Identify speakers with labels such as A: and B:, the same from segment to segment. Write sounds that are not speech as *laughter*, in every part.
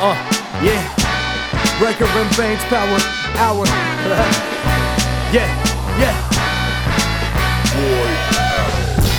A: Uh, yeah. Breaker and Bane's power hour. *laughs* yeah, yeah.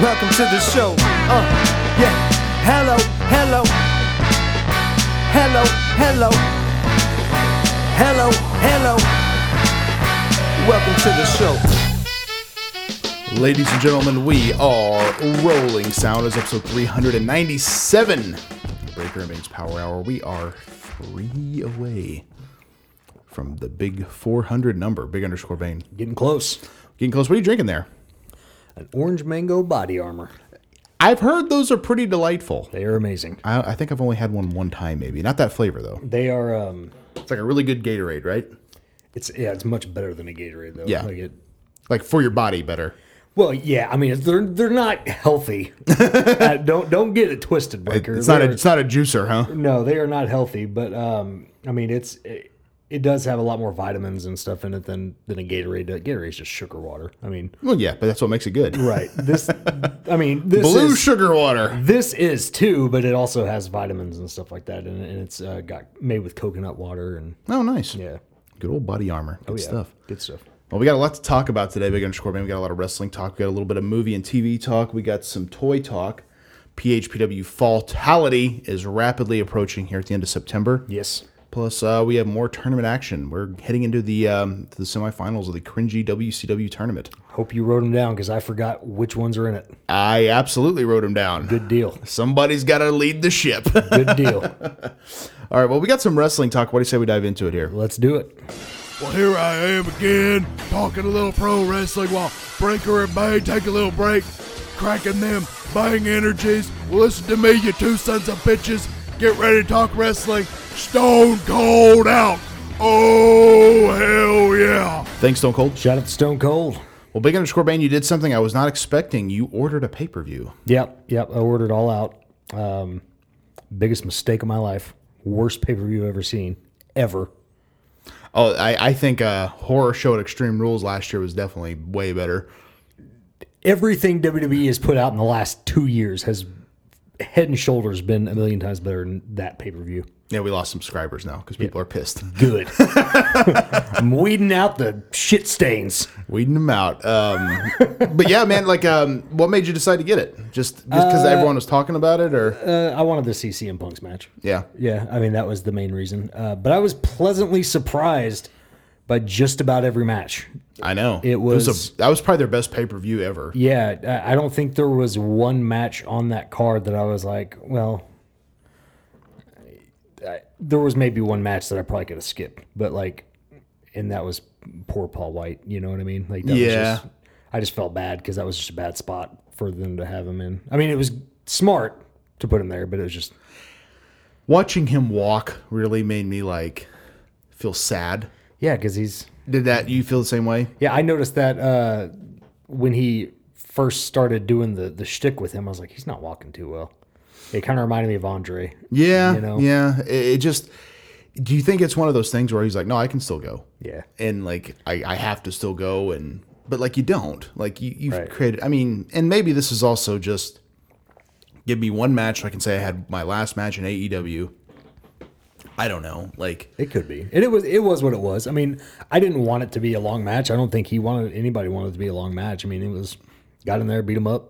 A: Welcome to the show. Uh, yeah. Hello, hello. Hello, hello. Hello, hello. Welcome to the show.
B: Ladies and gentlemen, we are rolling sound as episode 397. Breaker and Bane's Power Hour. We are three away from the big 400 number, big underscore Bane.
A: Getting close.
B: Getting close. What are you drinking there?
A: An orange mango body armor.
B: I've heard those are pretty delightful.
A: They are amazing.
B: I, I think I've only had one one time, maybe. Not that flavor, though.
A: They are um
B: It's like a really good Gatorade, right?
A: it's yeah, it's much better than a Gatorade though.
B: Yeah.
A: Like it,
B: Like for your body, better.
A: well, yeah, I mean it's- they're they're not
B: *laughs*
A: healthy. Uh, don't don't get it twisted, Breaker.
B: It's not, a,
A: They're-
B: it's not a juicer, huh?
A: No, they are not healthy, but um, I mean, it's it, it does have a lot more vitamins and stuff in it than than a Gatorade. does. Gatorade's just sugar water. I mean,
B: Well, yeah, but that's what makes it good.
A: right? *laughs* This,
B: *laughs*
A: I mean, this
B: Blue
A: is,
B: sugar water.
A: this is too, but it also has vitamins and stuff like that, and, and it's uh, got made with coconut water and
B: Oh, nice. Oh,
A: yeah,
B: Good old body armor. Good
A: yeah,
B: stuff.
A: good stuff.
B: Well, we got a lot to talk about today, Big Underscore Man. We got a lot of wrestling talk. We got a little bit of movie and TV talk. We got some toy talk. PHPW Faltality is rapidly approaching here at the end of September.
A: Yes,
B: Plus, uh, we have more tournament action. We're heading into the um, to the semifinals of the cringy WCW tournament.
A: hope you wrote them down because I forgot which ones are in it.
B: I absolutely wrote him down.
A: Good deal,
B: Somebody's got to lead the ship. *laughs*
A: good deal.
B: All right. Well, we got some wrestling talk. What do you say we dive into it here?
A: Let's do it.
C: Well, here I am again, talking a little pro wrestling while Breaker and Bane take a little break, cracking them bang energies. Well, listen to me, you two sons of bitches. Get ready to talk wrestling. Stone cold out. Oh, hell yeah.
B: Thanks, Stone Cold.
A: Shout out to Stone Cold.
B: Well, Big Underscore Bane, you did something I was not expecting. You ordered a pay per view.
A: Yep, yep. I ordered all out. Um, biggest mistake of my life. Worst pay per view I've ever seen, ever.
B: Oh, I, I think uh, horror show at Extreme Rules last year was definitely way better.
A: Everything WWE has put out in the last two years has head and shoulders been a million times better than that pay per view.
B: Yeah, we lost subscribers now because people are pissed. *laughs*
A: Good. I'm weeding out the shit stains.
B: Weeding them out.
A: *laughs*
B: Um, but yeah, man, like, um, what made you decide to get it? Just because everyone was talking about it, or
A: Uh, I wanted to see CM Punk's match.
B: yeah,
A: Yeah, I mean that was the main reason. Uh, but I was pleasantly surprised by just about every match.
B: I know
A: It was-
B: a, that was probably their best pay per view ever.
A: Yeah, I I don't think there was one match on that card that I was like, well, I, there was maybe one match that I probably could have skipped, but like, and that was poor Paul White. You know what I mean? Like, that
B: Yeah.
A: Was just, I just felt bad because that was just a bad spot for them to have him in. I mean, it was smart to put him there, but it was just
B: Watching him walk really made me like feel sad.
A: yeah, because he's
B: Did that you feel the same way?
A: yeah. I noticed that uh, when he first started doing the the shtick with him, I was like, he's not walking too well. It kind of reminded me of Andre.
B: Yeah,
A: You know?
B: yeah. It, it just. Do you think it's one of those things where he's like, no, I can still go.
A: Yeah.
B: and like I, I have to still go and but like you don't like you you've
A: Right.
B: created I mean and maybe this is also just give me one match I can say I had my last match in AEW E I don't know. Like
D: It could be, and it was it was what it was. I mean, I didn't want it to be a long match. I don't think he wanted anybody wanted it to be a long match. I mean, it was got in there, beat him up,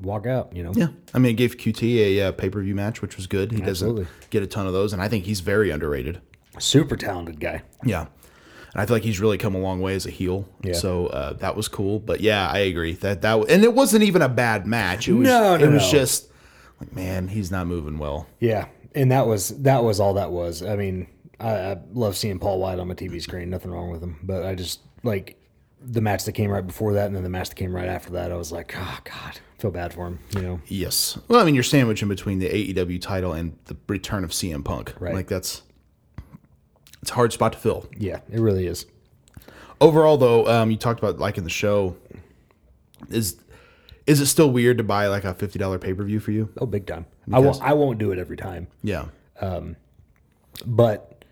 D: walk out. You know,
B: Yeah, I mean, it gave QT a uh, pay per view match, which was good. He
D: Absolutely.
B: doesn't get a ton of those, and I think he's very underrated.
D: super talented guy.
B: Yeah, and I feel like he's really come a long way as a heel.
D: Yeah.
B: So uh, that was cool. But yeah, I agree that that and it wasn't even a bad match. It was
D: No, no,
B: it was
D: no.
B: just like man, he's not moving well.
D: Yeah, and that was that was all that was. I mean, I, I love seeing Paul White on my TV screen. Nothing wrong with him, but I just like the match that came right before that, and then the match that came right after that. I was like, oh god, I feel bad for him. You know,
B: Yes. Well, I mean, you're sandwiching between the AEW title and the return of CM Punk.
D: Right.
B: Like that's it's a hard spot to fill.
D: yeah, it really is.
B: overall though um, you talked about like in the show is is it still weird to buy like a $50 pay-per-view for you
D: Oh, big time. I won't I won't do it every time.
B: yeah
D: but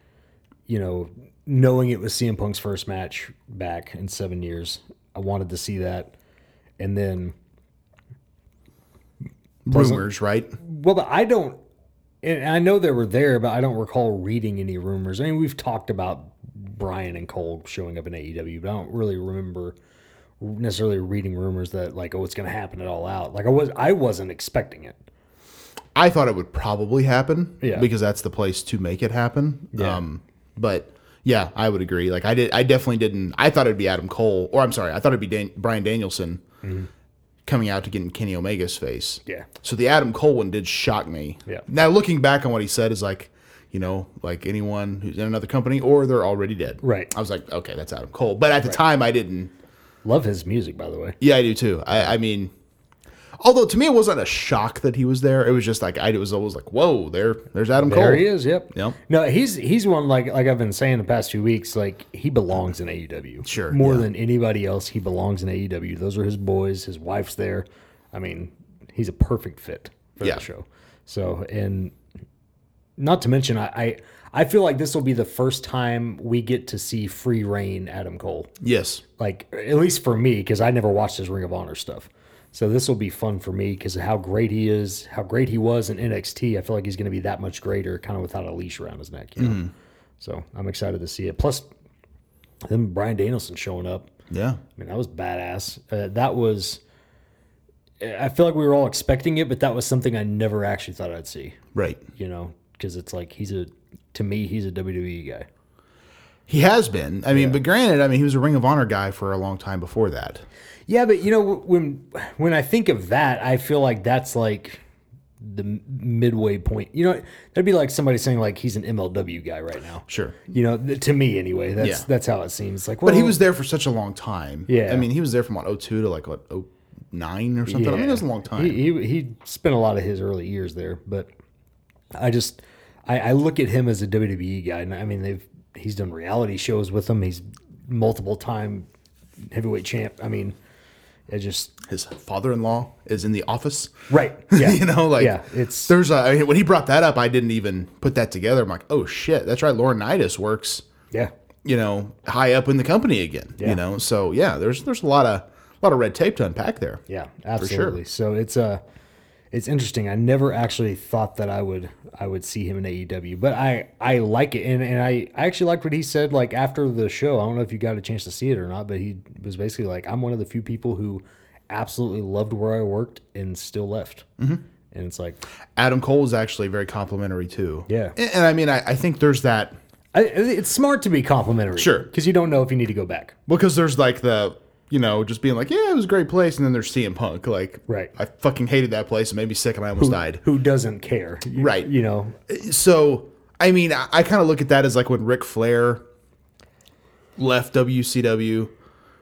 D: you know, knowing it was CM Punk's first match back in seven years, I wanted to see that. And then,
B: rumors right
D: well, but I don't, and I know they were there, but I don't recall reading any rumors. I mean, we've talked about Brian and Cole showing up in AEW, but I don't really remember necessarily reading rumors that like, oh, it's going to happen at all out. Like I was, I wasn't expecting it.
B: i thought it would probably happen
D: Yeah.
B: because that's the place to make it happen um, but yeah i would agree like i did i definitely didn't i thought it'd be adam cole or i'm sorry i thought it'd be Dan- brian danielson coming out to get in kenny omega's face
D: Mm-hmm. Yeah.
B: So the Adam Cole one did shock me.
D: Yeah.
B: Now looking back on what he said is like, you know, like anyone who's in another company or they're already dead.
D: Right.
B: I was like, okay, that's Adam Cole. But at the time, I didn't.
D: Love his music, by the way.
B: Yeah, I do too. I, I mean, although to me it wasn't a shock that he was there. It was just like I it was always like, whoa, there, there's Adam Cole.
D: There he is. Yep.
B: Yep.
D: No, he's he's one like like I've been saying the past few weeks. Like he belongs in AEW.
B: Sure,
D: More
B: yeah.
D: than anybody else, he belongs in AEW. Those are his boys. His wife's there. I mean, he's a perfect fit for
B: Yeah.
D: the show. So and not to mention, I, I I feel like this will be the first time we get to see free reign Adam Cole.
B: Yes.
D: Like at least for me, because I never watched his Ring of Honor stuff. So this will be fun for me because how great he is, how great he was in NXT. I feel like he's going to be that much greater, kind of without a leash around his neck. You know? So I'm excited to see it. Plus, then Brian Danielson showing up.
B: Yeah.
D: I mean, that was badass. Uh, that was. I feel like we were all expecting it, but that was something I never actually thought I'd see.
B: Right.
D: You know, because it's like he's a to me he's a WWE guy.
B: He has been. I mean, but granted, I mean, he was a Ring of Honor guy for a long time before that.
D: Yeah, but you know when when I think of that, I feel like that's like the m- midway point. You know, that'd be like somebody saying like he's an MLW guy right now.
B: Sure.
D: You know, th- to me anyway, that's
B: Yeah.
D: that's how it seems. Like,
B: But he
D: well,
B: was there for such a long time.
D: Yeah.
B: I mean, he was there from what 02 to like what 09 or something. I mean, it was a long time.
D: He, he he spent a lot of his early years there, but I just I, I look at him as a WWE guy, and I mean they've he's done reality shows with him. He's multiple time heavyweight champ. I mean, it just
B: His father-in-law is in the office. *laughs*
D: right. Yeah,
B: you know, like
D: yeah, it's
B: there's a I mean, when he brought that up, I didn't even put that together. I'm like, oh shit, that's right. Laurinaitis works,
D: yeah.
B: you know, high up in the company again.
D: Yeah.
B: You know, so yeah, there's there's a lot of a lot of red tape to unpack there.
D: Yeah, absolutely. So it's uh it's interesting. I never actually thought that I would I would see him in AEW, but I I like it, and and I, I actually liked what he said. Like after the show, I don't know if you got a chance to see it or not, but he was basically like, "I'm one of the few people who absolutely loved where I worked and still left." Mm-hmm. And it's like,
B: Adam Cole is actually very complimentary too.
D: Yeah.
B: and, and I mean, I, I think there's that
D: I, it's smart to be complimentary,
B: Sure.
D: because you don't know if you need to go back.
B: because there's like the you know just being like, yeah, it was a great place, and then there's CM Punk. Like,
D: Right.
B: I fucking hated that place. It made me sick, and I almost died.
D: Who doesn't care, You-
B: Right.
D: You know,
B: So, I mean, I, I kind of look at that as like when Ric Flair left WCW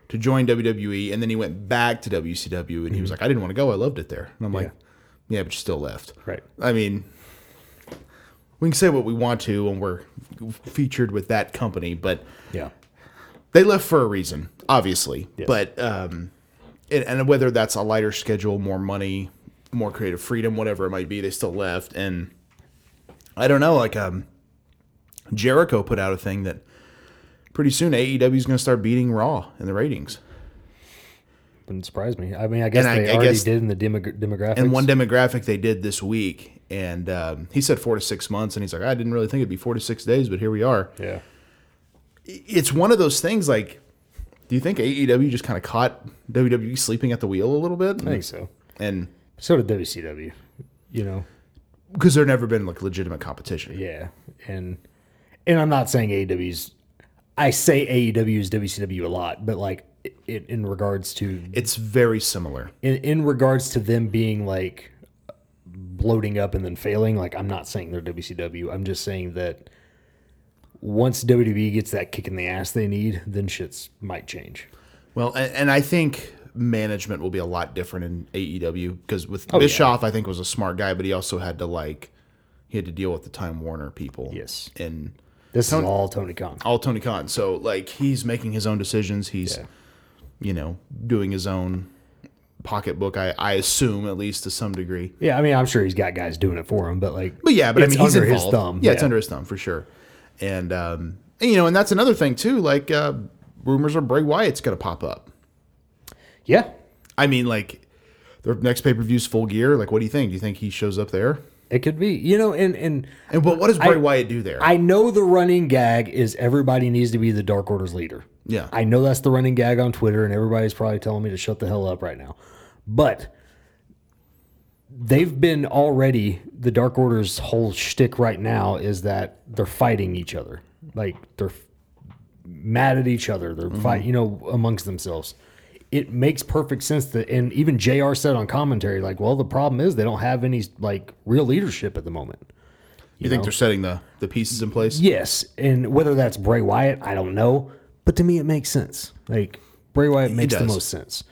B: to join WWE, and then he went back to WCW, and he was like, "I didn't want to go. I loved it there." And I'm like, "Yeah, but you still left."
D: Right.
B: I mean, we can say what we want to when we're featured with that company, but
D: yeah,
B: they left for a reason, obviously. But um, and, and whether that's a lighter schedule, more money, more creative freedom, whatever it might be, they still left. And I don't know, like um, Jericho put out a thing that pretty soon AEW is going to start beating Raw in the ratings.
D: wouldn't surprise me. I mean, I guess
B: And I-
D: they
B: I
D: already
B: guess-
D: did in the demog- demographics.
B: And one demographic they did this week And um, he said four to six months, and he's like, I didn't really think it'd be four to six days, but here we are.
D: Yeah.
B: It's one of those things like, do you think AEW just kind of caught WWE sleeping at the wheel a little bit?
D: I think so.
B: And
D: So did WCW. You know.
B: because there never been like legitimate competition.
D: Yeah. And and I'm not saying AEW's. I say AEW is WCW a lot, but like it, in regards to
B: It's very similar.
D: in, in regards to them being like bloating up and then failing, like I'm not saying they're WCW. I'm just saying that once WWE gets that kick in the ass they need, then shits might change.
B: Well, and, and I think management will be a lot different in AEW because with Bischoff, I think was a smart guy, but he also had to like he had to deal with the Time Warner people.
D: Yes.
B: and
D: This is all Tony Khan.
B: all Tony Khan. So like he's making his own decisions. He's
D: Yeah.
B: you know doing his own pocketbook. I I assume at least to some degree.
D: Yeah, I mean, I'm sure he's got guys doing it for him, but like,
B: But yeah, but
D: it's
B: I mean, he's
D: under
B: involved.
D: his thumb.
B: Yeah, it's under his thumb for sure. And um, and, you know, and that's another thing too. Like uh, rumors are Bray Wyatt's going to pop up.
D: Yeah,
B: I mean, like their next pay per view's full gear. Like, what do you think? Do you think he shows up there?
D: it could be. You know, and and
B: And but what does Bray
D: I-
B: Wyatt do there?
D: I know the running gag is everybody needs to be the Dark Order's leader.
B: Yeah.
D: I know that's the running gag on Twitter, and everybody's probably telling me to shut the hell up right now. But they've been already the Dark Order's whole shtick right now is that they're fighting each other, like they're f- mad at each other, they're fight, you know, amongst themselves. It makes perfect sense that, and even Jr. said on commentary, like, well, the problem is they don't have any like real leadership at the moment.
B: you think they're setting the the pieces in place?
D: Yes, and whether that's Bray Wyatt, I don't know, but to me it makes sense. Like Bray Wyatt makes the
B: does.
D: most sense,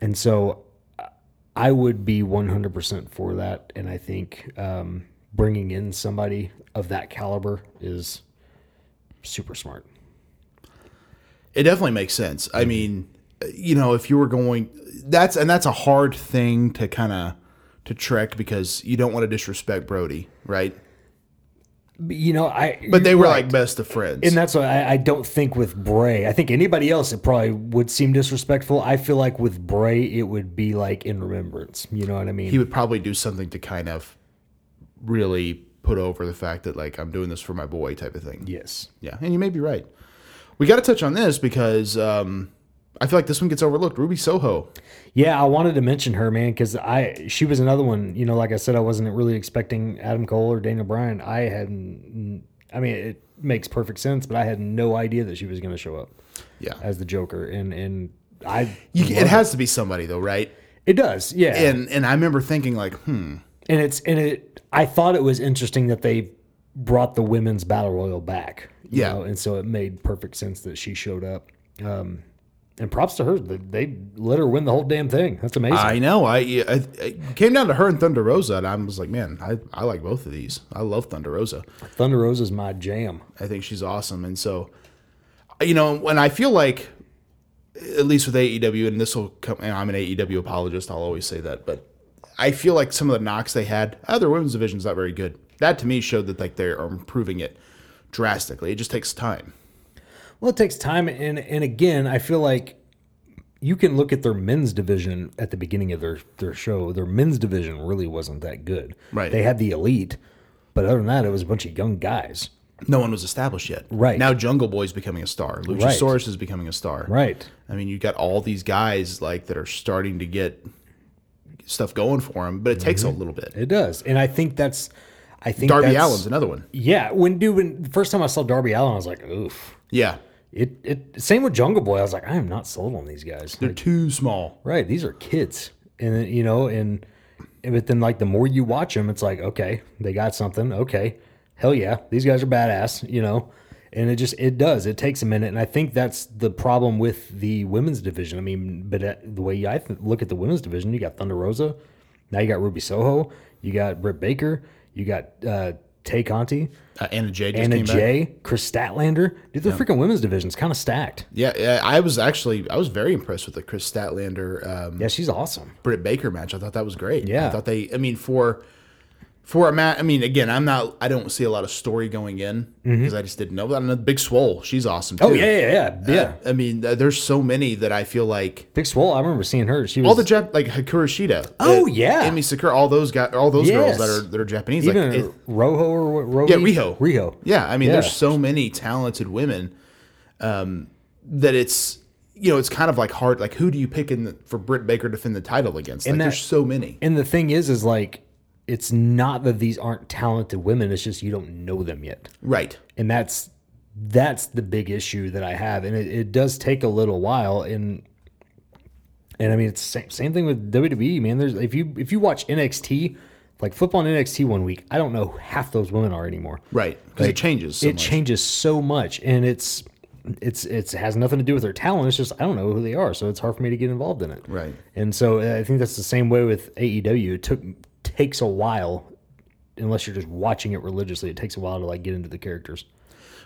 D: and so I- I would be one hundred percent for that. And I think um, bringing in somebody of that caliber is super smart.
B: It definitely makes sense. I mean, you know, if you were going, that's and that's a hard thing to kind of to trek because you don't want to disrespect Brody, right?
D: But, you know, I
B: But they were like best of friends.
D: And that's why I, I don't think with Bray. I think anybody else it probably would seem disrespectful. I feel like with Bray it would be like in remembrance. You know what I mean?
B: he would probably do something to kind of really put over the fact that like I'm doing this for my boy type of thing.
D: yes.
B: Yeah, and you may be right. We got to touch on this because um, I feel like this one gets overlooked. Ruby Soho.
D: Yeah, I wanted to mention her, man, because I she was another one. You know, like I said, I wasn't really expecting Adam Cole or Daniel Bryan. I had, n- I mean, it makes perfect sense, but I had no idea that she was going to show up
B: Yeah,
D: as the Joker, and and I
B: you,
D: love
B: it has to be somebody though, right?
D: it does, yeah, and,
B: And and I remember thinking like, hmm,
D: it's and it. I thought it was interesting that they brought the women's battle royal back, you
B: Yeah.
D: know, and so it made perfect sense that she showed up. Um, and props to her; they- they let her win the whole damn thing. That's amazing.
B: I know. I, I it came down to her and Thunder Rosa, and I was like, man, I, I like both of these. I love Thunder Rosa.
D: Thunder Rose is my jam.
B: I think she's awesome. And so, you know, and I feel like, at least with AEW, and this will come, and I'm an AEW apologist, I'll always say that, but I feel like some of the knocks they had, oh, their women's division's not very good. That to me showed that like they are improving it drastically. It just takes time.
D: Well, it takes time, and and again, I feel like you can look at their men's division at the beginning of their their show. Their men's division really wasn't that good.
B: Right.
D: They had the elite, but other than that, it was a bunch of young guys.
B: No one was established yet.
D: Right.
B: Now Jungle Boy's becoming a star. Luchasaurus is becoming a star.
D: Right.
B: I mean, you got all these guys like that are starting to get stuff going for them, but it takes a little bit.
D: It does, and Mm-hmm. I think that's, I think
B: Darby
D: that's-
B: Allen's another one.
D: Yeah, when dude, when the first time I saw Darby Allen, I was like, oof.
B: Yeah.
D: It it same with Jungle Boy. I was like, I am not sold on these guys.
B: They're too small.
D: Right. These are kids. And then, you know, and and- but then like the more you watch them, it's like, okay, they got something. Okay. Hell yeah. These guys are badass, you know. And it just it does. It takes a minute, and I think that's the problem with the women's division. I mean, but at, the way I th- look at the women's division, you got Thunder Rosa, now you got Ruby Soho, you got Britt Baker, you got uh, Tay Conti,
B: Uh, Anna Jay just
D: Anna
B: came back.
D: Jay, Chris Statlander. Dude, the freaking women's division's kind of stacked.
B: Yeah, yeah, I was actually I was very impressed with the Chris Statlander um,
D: Yeah, she's awesome.
B: Britt Baker match. I thought that was great.
D: Yeah.
B: I thought they. I mean, for for a mat. I mean, again, I'm not. I don't see a lot of story going in because I just didn't know that. And the Big Swole, she's awesome. Too.
D: Mm-hmm.
B: Uh,
D: Oh yeah, yeah, yeah, yeah.
B: I mean, th- there's so many that I feel like
D: Big Swole, I remember seeing her. She was
B: all the Jap- like Hikaru Shida.
D: Oh,
B: uh,
D: yeah.
B: Emi Sakura, all those guys, all those girls that
D: Yes.
B: are that are Japanese.
D: even
B: like, it-
D: Roho or what? Rohi?
B: yeah, Riho,
D: Riho.
B: Yeah, I mean,
D: Yeah.
B: there's so many talented women um, that it's you know it's kind of like hard. Like, who do you pick in the, for Britt Baker to defend the title against? Like,
D: And that-
B: there's so many.
D: And the thing is, is like, it's not that these aren't talented women. It's just you don't know them yet,
B: Right.
D: and that's that's the big issue that I have. And it, it does take a little while. And and I mean, it's same, same thing with WWE, man. There's if you if you watch NXT, like flip on NXT one week, I don't know who half those women are anymore.
B: Right, 'cause it changes so
D: it
B: much.
D: changes so much, and it's. It's it's it has nothing to do with their talent. It's just I don't know who they are, so it's hard for me to get involved in it.
B: Right.
D: And so uh, I think that's the same way with AEW. It took takes a while, unless you're just watching it religiously. It takes a while to like get into the characters.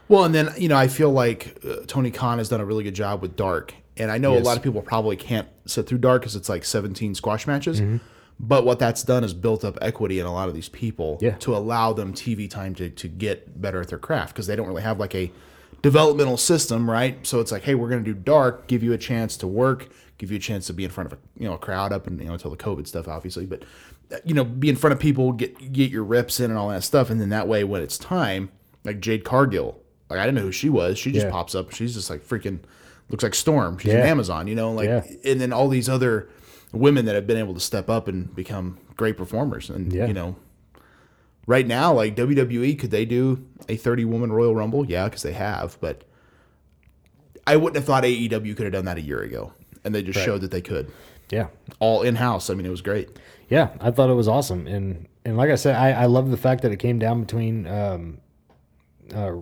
B: Well, and then you know, I feel like uh, Tony Khan has done a really good job with Dark, and I know a lot of people probably can't sit through Dark because it's like 17 squash matches.
D: Mm-hmm.
B: But what that's done is built up equity in a lot of these people
D: Yeah.
B: to allow them TV time to to get better at their craft because they don't really have like a developmental system, right? So it's like, hey, we're going to do Dark, give you a chance to work, give you a chance to be in front of a you know a crowd up, and you know until the COVID stuff, obviously, but uh, you know, be in front of people, get get your reps in and all that stuff, and then that way when it's time, like Jade Cargill like I didn't know who she was. She just
D: Yeah.
B: pops up. She's just like freaking looks like Storm. She's an
D: Yeah.
B: Amazon, you know, like
D: Yeah.
B: and then all these other women that have been able to step up and become great performers. And
D: Yeah.
B: you know, right now, like WWE, could they do a thirty woman Royal Rumble? Yeah, because they have. But I wouldn't have thought AEW could have done that a year ago, and they just showed that they could
D: Yeah,
B: all in house. I mean, it was great.
D: yeah. I thought it was awesome, and and like I said, I I love the fact that it came down between um, uh,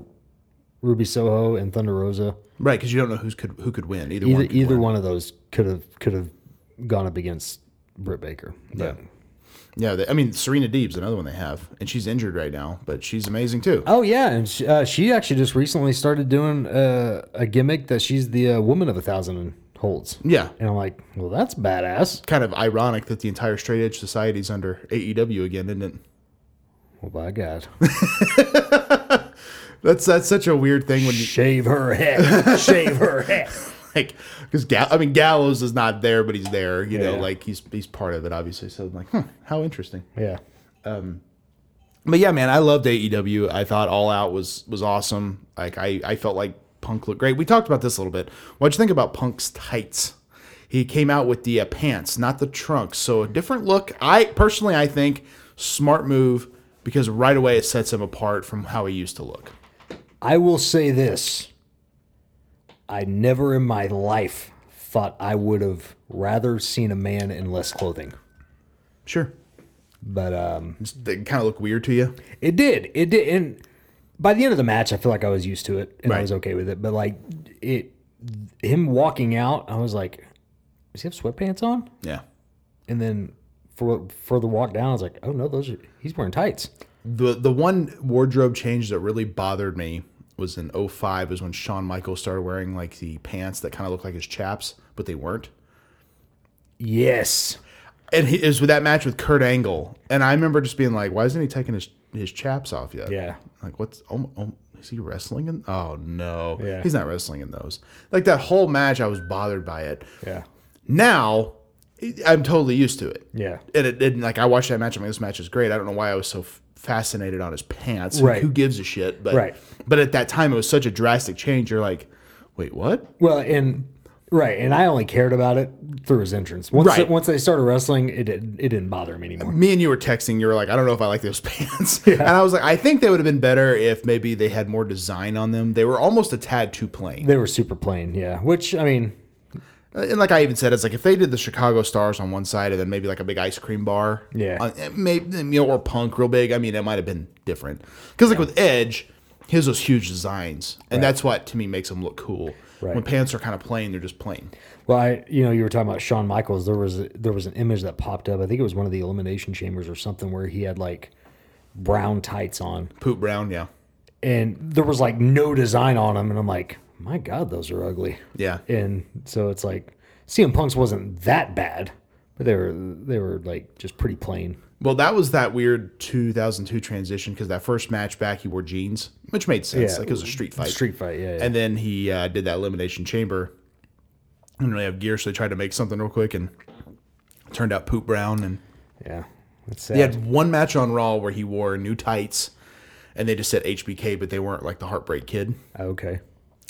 D: Ruby Soho and Thunder Rosa.
B: Right, because you don't know who's could who could win either,
D: Either
B: one. could
D: either
B: win.
D: one of those could have could have gone up against Britt Baker. But-
B: Yeah, they, I mean Serena Deeb's another one they have, and she's injured right now, but she's amazing too.
D: Oh yeah, and she, uh, she actually just recently started doing uh, a gimmick that she's the uh, woman of a thousand holds.
B: Yeah,
D: And I'm like, well, that's badass.
B: kind of ironic that the entire straight edge society is under AEW again, isn't it?
D: Well, by God,
B: That's that's such a weird thing when you *laughs*
D: *laughs* shave her head, shave her head.
B: like because Ga- I mean Gallows is not there, but he's there. You know,
D: Yeah.
B: like he's he's part of it, obviously. So I'm like, huh, how interesting.
D: Yeah,
B: But yeah, man, I loved AEW. I thought All Out was was awesome. Like I I felt like Punk looked great. We talked about this a little bit. What'd you think about Punk's tights? He came out with the uh, pants, not the trunks, so a different look. I personally, I think smart move because right away it sets him apart from how he used to look.
D: I will say this: I never in my life thought I would have rather seen a man in less clothing,
B: Sure.
D: but um,
B: they kind of look weird to you.
D: It did. It did. And by the end of the match, I feel like I was used to it and
B: Right.
D: I was okay with it. But like it, him walking out, I was like, "Does he have sweatpants on?"
B: Yeah.
D: And then for for the walk down, I was like, "Oh no, those are he's wearing tights."
B: The the one wardrobe change that really bothered me was in 05 is when Shawn Michaels started wearing like the pants that kind of looked like his chaps, but they weren't.
D: Yes.
B: And he, it was with that match with Kurt Angle, and I remember just being like, "Why isn't he taking his his chaps off yet?"
D: Yeah.
B: Like, what's oh, oh, is he wrestling in? Oh no,
D: Yeah.
B: he's not wrestling in those. Like that whole match, I was bothered by it.
D: Yeah.
B: Now, I'm totally used to it.
D: Yeah.
B: and it didn't like I watched that match. I'm like, this match is great. I don't know why I was so f- fascinated on his pants.
D: Right.
B: Who gives a shit? But
D: Right.
B: but at that time, it was such a drastic change. You're like, wait, what?
D: Well, and right, and I only cared about it through his entrance. Once
B: Right.
D: once they started wrestling, it did, it didn't bother him anymore.
B: Me and you were texting. You were like, I don't know if I like those *laughs* pants. And I was like, I think they would have been better if maybe they had more design on them. They were almost a tad too plain.
D: They were super plain. Yeah. Which I mean,
B: Uh, And like I even said, it's like if they did the Chicago Stars on one side and then maybe like a big ice cream bar,
D: Yeah.
B: on, maybe you know, or Punk real big. I mean, it might have been different because like with Edge, his was huge designs, and that's what to me makes him look cool.
D: Right.
B: When pants are kind of plain, they're just plain.
D: Well, I, you know, you were talking about Shawn Michaels. There was there was an image that popped up. I think it was one of the Elimination Chambers or something where he had like brown tights on,
B: Poop brown, yeah,
D: and there was like no design on them. And I'm like, my God, those are ugly.
B: yeah.
D: And so it's like CM Punk's wasn't that bad, but they were they were like just pretty plain.
B: Well, that was that weird 2002 transition because that first match back, he wore jeans, which made sense.
D: Yeah.
B: Like it was a street fight.
D: Street fight, yeah, yeah.
B: And then he uh, did that elimination chamber. Didn't really have gear, so they tried to make something real quick and it turned out poop brown. And
D: Yeah, that's
B: they
D: sad.
B: had one match on Raw where he wore new tights, and they just said HBK, but they weren't like the Heartbreak Kid.
D: okay.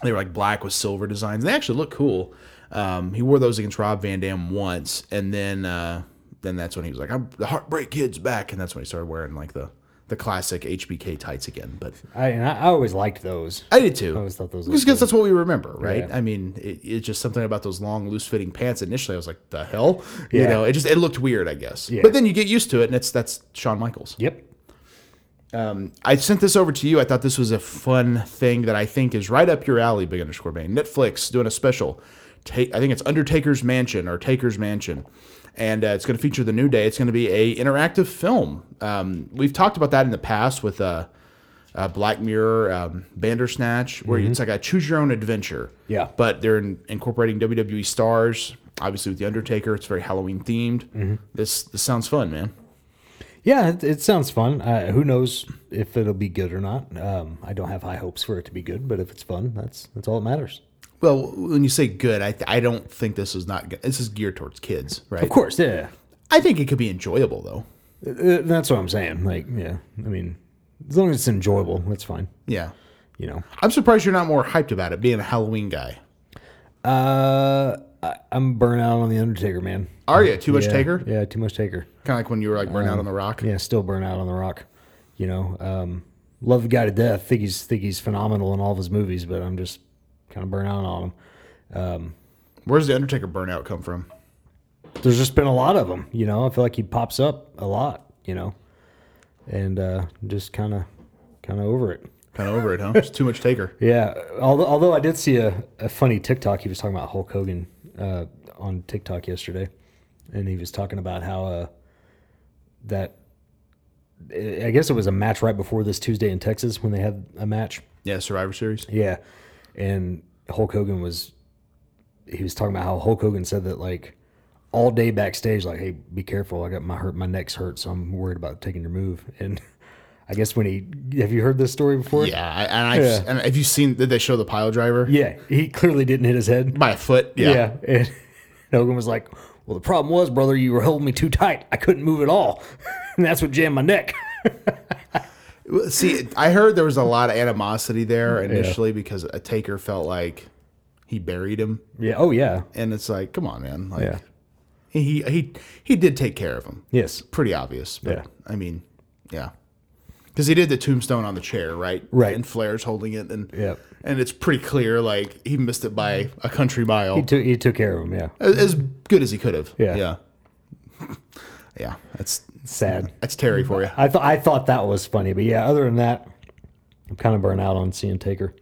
B: They were like black with silver designs. They actually look cool. Um, he wore those against Rob Van Dam once, and then uh, then that's when he was like, "I'm the Heartbreak Kid's back," and that's when he started wearing like the the classic HBK tights again. But
D: I and I, I always liked those.
B: I did too. I
D: always thought those
B: because
D: looked cool.
B: that's what we remember, right?
D: Yeah.
B: I mean, it, it's just something about those long, loose fitting pants. Initially, I was like, "The hell," you
D: Yeah.
B: know. It just it looked weird, I guess. But then you get used to it, and it's that's Shawn Michaels.
D: Yep.
B: I sent this over to you. I thought this was a fun thing that I think is right up your alley, Big Underscore Bane. Netflix doing a special. Take, I think it's Undertaker's Mansion or Taker's Mansion, and uh, it's going to feature the New Day. It's going to be a interactive film. Um, we've talked about that in the past with uh, uh, Black Mirror, um, Bandersnatch, where it's like a choose your own adventure.
D: Yeah.
B: but they're in, incorporating WWE stars. Obviously, with the Undertaker, it's very Halloween themed. This this sounds fun, man.
D: Yeah, it, it sounds fun. Uh, who knows if it'll be good or not? Um, I don't have high hopes for it to be good, but if it's fun, that's that's all that matters.
B: Well, when you say good, I, I don't think this is not good. This is geared towards kids, right?
D: Of course, yeah.
B: I think it could be enjoyable, though.
D: Uh, That's what I'm saying. Like, yeah. I mean, as long as it's enjoyable, that's fine.
B: Yeah.
D: You know.
B: I'm surprised you're not more hyped about it being a Halloween guy.
D: Uh, I, I'm burnt out on the Undertaker, man.
B: Are you too much
D: yeah,
B: taker?
D: Yeah, too much taker.
B: Kind of like when you were like burning out on the rock.
D: Yeah, still burnt out on the Rock. You know, um, love the guy to death. Think he's think he's phenomenal in all of his movies, but I'm just kind of burnt out on him.
B: Where's the Undertaker burnout come from?
D: there's just been a lot of them. You know, I feel like he pops up a lot. You know, and uh, just kind of kind of over it.
B: Kind of over it, huh? It's too much
D: *laughs*
B: taker.
D: Yeah. Although although I did see a, a funny TikTok. He was talking about Hulk Hogan uh, on TikTok yesterday, and he was talking about how uh, that I I guess it was a match right before this Tuesday in Texas when they had a match.
B: Yeah, Survivor Series.
D: Yeah. And Hulk Hogan was he was talking about how Hulk Hogan said that like all day backstage, like, hey, be careful, I got my hurt my neck's hurt, so I'm worried about taking your move. *laughs* And I guess when he have you heard this story before?
B: Yeah, I- and I have and have you seen? Did they show the pile driver
D: Yeah. He clearly didn't hit his head.
B: by a foot? Yeah.
D: *laughs* And Hogan was like, Well the problem was, brother, you were holding me too tight. I couldn't move at all. *laughs* and that's what jammed my neck. *laughs*
B: See, I heard there was a lot of animosity there initially because a taker felt like he buried him,
D: yeah. Oh yeah.
B: and it's like, come on, man. Like,
D: Yeah.
B: he he he did take care of him.
D: Yes.
B: pretty obvious. But
D: Yeah.
B: I mean, yeah. Because he did the tombstone on the chair, right?
D: Right.
B: And Flair's holding it, and
D: Yep.
B: and it's pretty clear like he missed it by a country mile,
D: He took he took care of him, yeah.
B: as, as good as he could have.
D: Yeah.
B: yeah, *laughs* yeah. That's
D: Sad.
B: that's Terry for you.
D: I thought I thought that was funny, but yeah. Other than that, I'm kind of burnt out on seeing Taker.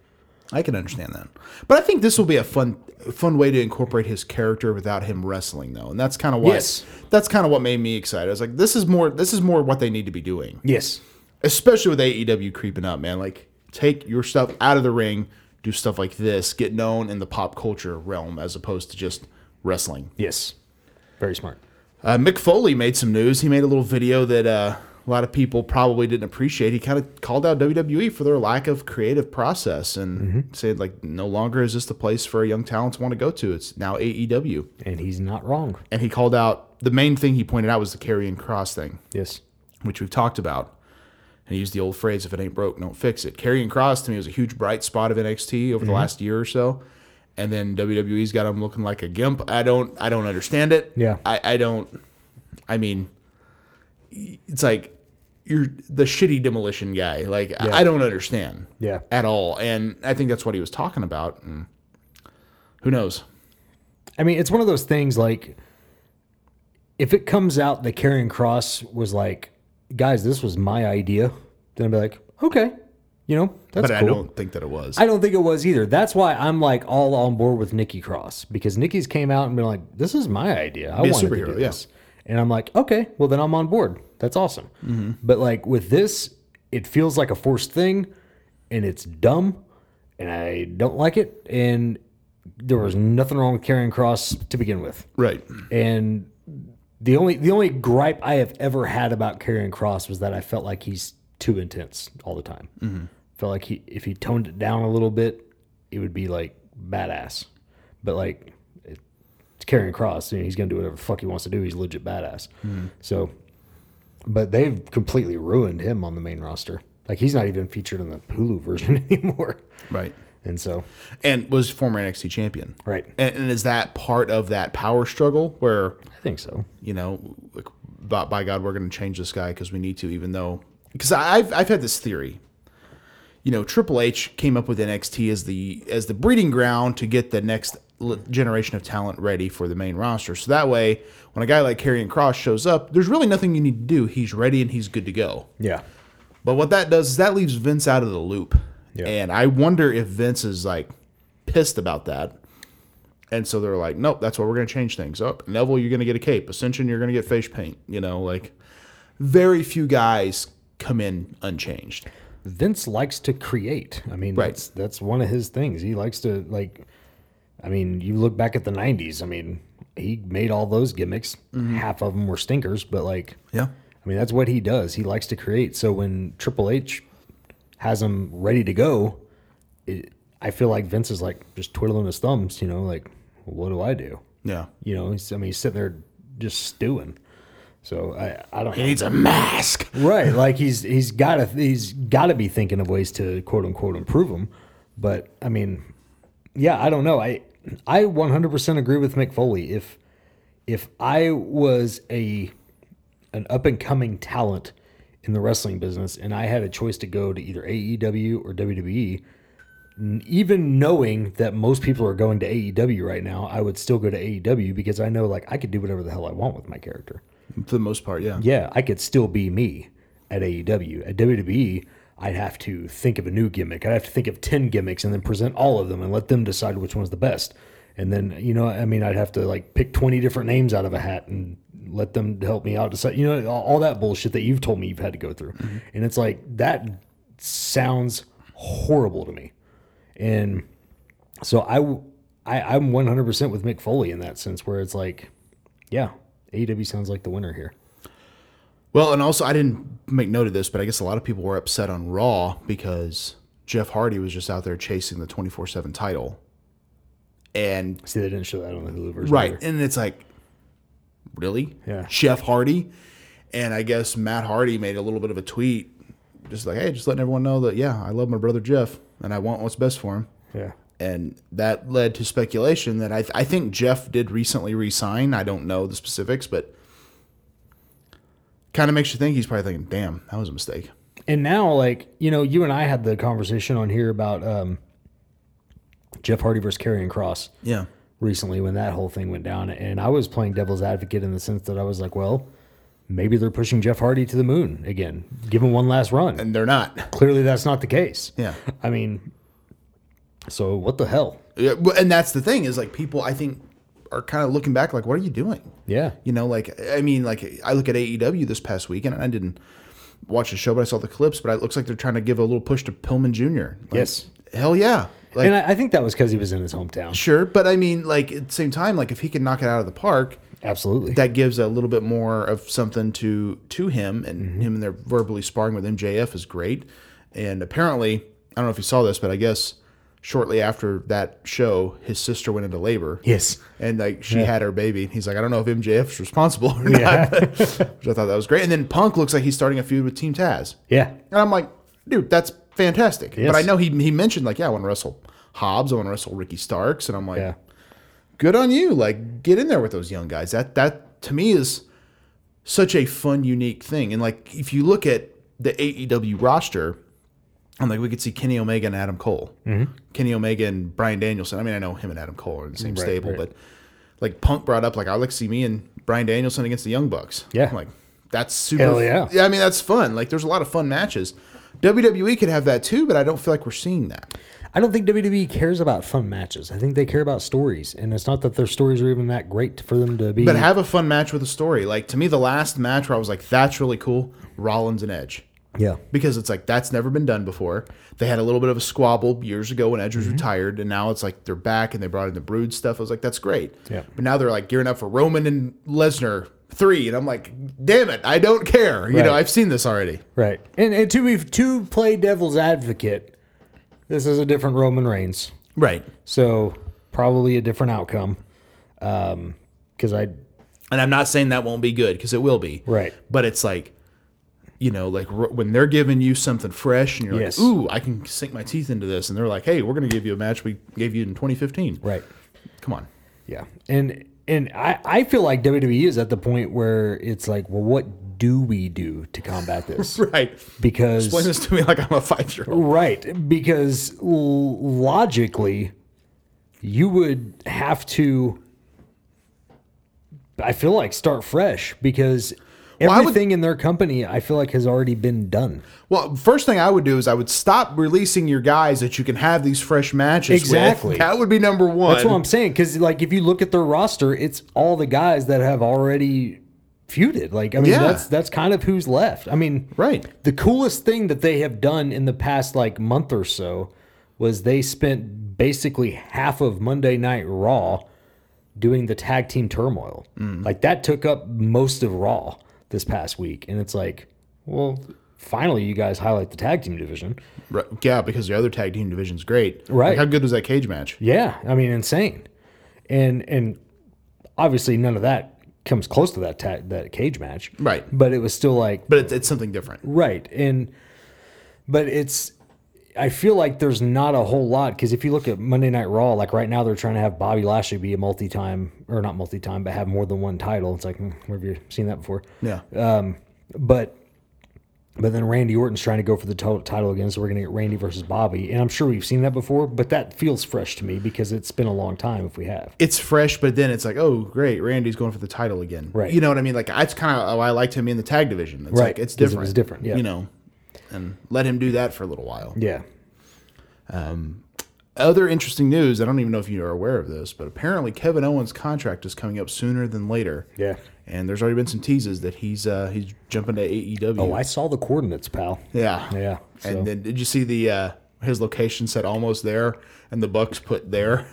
B: I can understand that, but I think this will be a fun fun way to incorporate his character without him wrestling, though, and that's kind of what
D: Yes.
B: that's kind of what made me excited. I was like, this is more this is more what they need to be doing.
D: Yes.
B: especially with AEW creeping up, man. Like, take your stuff out of the ring, do stuff like this, get known in the pop culture realm as opposed to just wrestling.
D: Yes. Very smart.
B: Uh, Mick Foley made some news. He made a little video that uh, a lot of people probably didn't appreciate. He kind of called out WWE for their lack of creative process and said, like, no longer is this the place for young talents want to go to. It's now AEW.
D: And he's not wrong.
B: And he called out the main thing he pointed out was the carrying cross thing
D: Yes.
B: which we've talked about. And he used the old phrase, if it ain't broke, don't fix it. Karrion Cross to me was a huge bright spot of NXT over the
D: Mm-hmm.
B: last year or so. And then WWE's got him looking like a gimp. I don't I don't understand it.
D: Yeah.
B: I, I don't I mean it's like you're the shitty demolition guy. Like I- I don't understand.
D: Yeah.
B: At all. And I think that's what he was talking about. And who knows?
D: I mean, it's one of those things like if it comes out that Karrion Cross was like, guys, this was my idea, then I'd be like, okay, you know, that's
B: but I
D: cool.
B: don't think that it was.
D: I don't think it was either. That's why I'm like all on board with Nikki Cross because Nikki's came out and been like, "This is my idea. I
B: Be a
D: wanted to do
B: superhero, yeah.
D: this," and I'm like, "Okay, well then I'm on board. That's awesome."
B: Mm-hmm.
D: But like with this, it feels like a forced thing, and it's dumb, and I don't like it. And there was nothing wrong with carrying Cross to begin with,
B: right.
D: and The only the only gripe I have ever had about Karrion Cross was that I felt like he's too intense all the time. Felt like he if he toned it down a little bit, it would be like badass. But like it, it's Karrion Cross, you know, he's gonna do whatever the fuck he wants to do. He's a legit badass. So, but they've completely ruined him on the main roster. Like he's not even featured in the Hulu version *laughs* anymore.
B: Right.
D: And so,
B: And was former NXT champion.
D: Right.
B: And, and is that part of that power struggle where,
D: I think so.
B: you know, like, by, by God, we're going to change this guy because we need to, even though, because I've, I've had this theory. You know, Triple H came up with NXT as the as the breeding ground to get the next l- generation of talent ready for the main roster. So that way, when a guy like Karrion Cross shows up, there's really nothing you need to do. He's ready and he's good to go.
D: Yeah.
B: But what that does is that leaves Vince out of the loop.
D: Yeah.
B: And I wonder if Vince is like pissed about that. And so they're like, nope, that's why we're going to change things up. Neville, you're going to get a cape. Ascension, you're going to get face paint. You know, like very few guys come in unchanged.
D: Vince likes to create. I mean,
B: Right.
D: that's that's one of his things. He likes to like. I mean, you look back at the '90s. I mean, he made all those gimmicks. Half of them were stinkers, but like,
B: Yeah.
D: I mean, that's what he does. He likes to create. So when Triple H has him ready to go, it, I feel like Vince is like just twiddling his thumbs. You know, like, what do I do?
B: Yeah.
D: You know, he's, I mean, he's sitting there just stewing. So I, I don't.
B: He
D: know.
B: needs a mask.
D: Right, like he's he's got to he's got to be thinking of ways to quote unquote improve him. But I mean, yeah, I don't know. I I 100% agree with Mick Foley. If if I was a an up and coming talent in the wrestling business and I had a choice to go to either AEW or WWE, n- even knowing that most people are going to AEW right now, I would still go to AEW because I know like I could do whatever the hell I want with my character
B: For the most part, yeah.
D: yeah, I could still be me at AEW. At WWE, I'd have to think of a new gimmick. I'd have to think of 10 gimmicks and then present all of them and let them decide which one's the best. And then, you know, I mean, I'd have to like pick 20 different names out of a hat and let them help me out decide, you know, all, all that bullshit that you've told me you've had to go through. And it's like, that sounds horrible to me. And so I, w- I, am 100% with Mick Foley in that sense, where it's like, yeah, AEW sounds like the winner here.
B: Well, and also, I didn't make note of this, but I guess a lot of people were upset on Raw because Jeff Hardy was just out there chasing the 24 7 title. And
D: See, they didn't show that on the Hulu version.
B: Right.
D: either.
B: And it's like, really?
D: Yeah.
B: Chef Hardy? And I guess Matt Hardy made a little bit of a tweet, just like, hey, just letting everyone know that, yeah, I love my brother Jeff and I want what's best for him.
D: Yeah.
B: And that led to speculation that I, I think Jeff did recently resign. I don't know the specifics, but kind of makes you think he's probably thinking, damn, that was a mistake.
D: And now, like, you know, you and I had the conversation on here about um, Jeff Hardy versus Karrion Cross
B: Yeah.
D: recently when that whole thing went down. And I was playing devil's advocate in the sense that I was like, well, maybe they're pushing Jeff Hardy to the moon again. Give him one last run.
B: And they're not.
D: Clearly, that's not the case.
B: Yeah.
D: I mean, so what the hell?
B: Yeah, well, And that's the thing is like people, I think, are kind of looking back like, what are you doing?
D: Yeah.
B: You know, like I mean, like I look at AEW this past weekend, and I didn't watch the show, but I saw the clips. But it looks like they're trying to give a little push to Pillman Jr. Like,
D: Yes.
B: hell yeah, like
D: and I, I think that was because he was in his hometown.
B: sure. But I mean, like at the same time, like if he can knock it out of the park,
D: Absolutely.
B: that gives a little bit more of something to to him, and
D: Mm-hmm.
B: him and they're verbally sparring with MJF is great. And apparently, I don't know if you saw this, but I guess shortly after that show, his sister went into labor.
D: yes.
B: And like she had her baby, and he's like, I don't know if MJF is responsible or not. *laughs* Which I thought that was great. And then Punk looks like he's starting a feud with Team Taz,
D: Yeah.
B: and I'm like, dude, that's fantastic.
D: Yes.
B: But I know he he mentioned like, yeah, I want to wrestle Hobbs, I want to wrestle Ricky Starks, and I'm like,
D: Yeah.
B: good on you, like get in there with those young guys. That that to me is such a fun, unique thing. And like if you look at the AEW roster, I'm like, we could see Kenny Omega and Adam Cole,
D: Mm-hmm.
B: Kenny Omega and Brian Danielson. I mean, I know him and Adam Cole are in the same stable, but like Punk brought up, like I like to see me and Brian Danielson against the Young Bucks.
D: Yeah.
B: I'm like that's super.
D: Hell yeah.
B: I mean, that's fun. Like there's a lot of fun matches. WWE could have that too, but I don't feel like we're seeing that.
D: I don't think WWE cares about fun matches. I think they care about stories, and it's not that their stories are even that great for them to be.
B: But have a fun match with a story. Like to me, the last match where I was like, "That's really cool," Rollins and Edge,
D: yeah,
B: because it's like that's never been done before. They had a little bit of a squabble years ago when Edge
D: Mm-hmm.
B: was retired, and now it's like they're back and they brought in the Brood stuff. I was like, "That's great."
D: Yeah.
B: But now they're like gearing up for Roman and Lesnar three, and I'm like, damn it, I don't care. You know,
D: Right.
B: I've seen this already.
D: Right. And, and to be to play devil's advocate, this is a different Roman Reigns,
B: Right.
D: so probably a different outcome. Um, because I
B: And I'm not saying that won't be good because it will be.
D: Right.
B: But it's like, you know, like r- when they're giving you something fresh and you're
D: Yes.
B: like, ooh, I can sink my teeth into this. And they're like, hey, we're going to give you a match we gave you in 2015.
D: right.
B: Come on. *laughs*
D: Yeah. And and I I feel like WWE is at the point where it's like, well, what do we do to combat
B: *laughs*
D: this?
B: Right.
D: Because
B: Explain this to me like I'm a five year old.
D: Right, because l- logically, you would have to. I feel like start fresh because
B: I would-
D: everything in their company, I feel like, has already been done.
B: Well, first thing I would do is I would stop releasing your guys that you can have these fresh matches. with.
D: Exactly.
B: That would be number one.
D: That's what I'm saying. Because like, if you look at their roster, it's all the guys that have already feuded. Like, I mean,
B: Yeah.
D: that's that's kind of who's left. I mean,
B: Right.
D: The coolest thing that they have done in the past like month or so was they spent basically half of Monday Night Raw doing the tag team turmoil. Like that took up most of Raw this past week, and it's like, well, finally, you guys highlight the tag team division.
B: Right. Yeah, because the other tag team division's great.
D: Right.
B: Like, how good was that cage match?
D: Yeah, I mean, insane, and and obviously none of that comes close to that ta- that cage match,
B: Right.
D: But it was still like
B: But it's, it's something different.
D: right, and but it's I feel like there's not a whole lot because if you look at Monday Night Raw, like right now they're trying to have Bobby Lashley be a multi-time or not multi-time, but have more than one title. It's like, hmm, where have you seen that before?
B: Yeah.
D: but but then Randy Orton's trying to go for the to- title again, so we're going to get Randy versus Bobby, and I'm sure we've seen that before, but that feels fresh to me because it's been a long time if we have.
B: it's fresh, but then it's like, oh, great, Randy's going for the title again.
D: Right.
B: You know what I mean? Like that's kind of how I liked him in the tag division. It's
D: Right,
B: like it's
D: 'cause
B: different.
D: it was different, yeah.
B: You know, and let him do that for a little while.
D: Yeah,
B: Other interesting news. I don't even know if you are aware of this, but apparently Kevin Owens' contract is coming up sooner than later.
D: yeah.
B: And there's already been some teases that he's uh, he's jumping to AEW.
D: Oh, I saw the coordinates, pal.
B: yeah.
D: Yeah, so-
B: And then did you see the uh, his location said almost there, and the Bucks put there.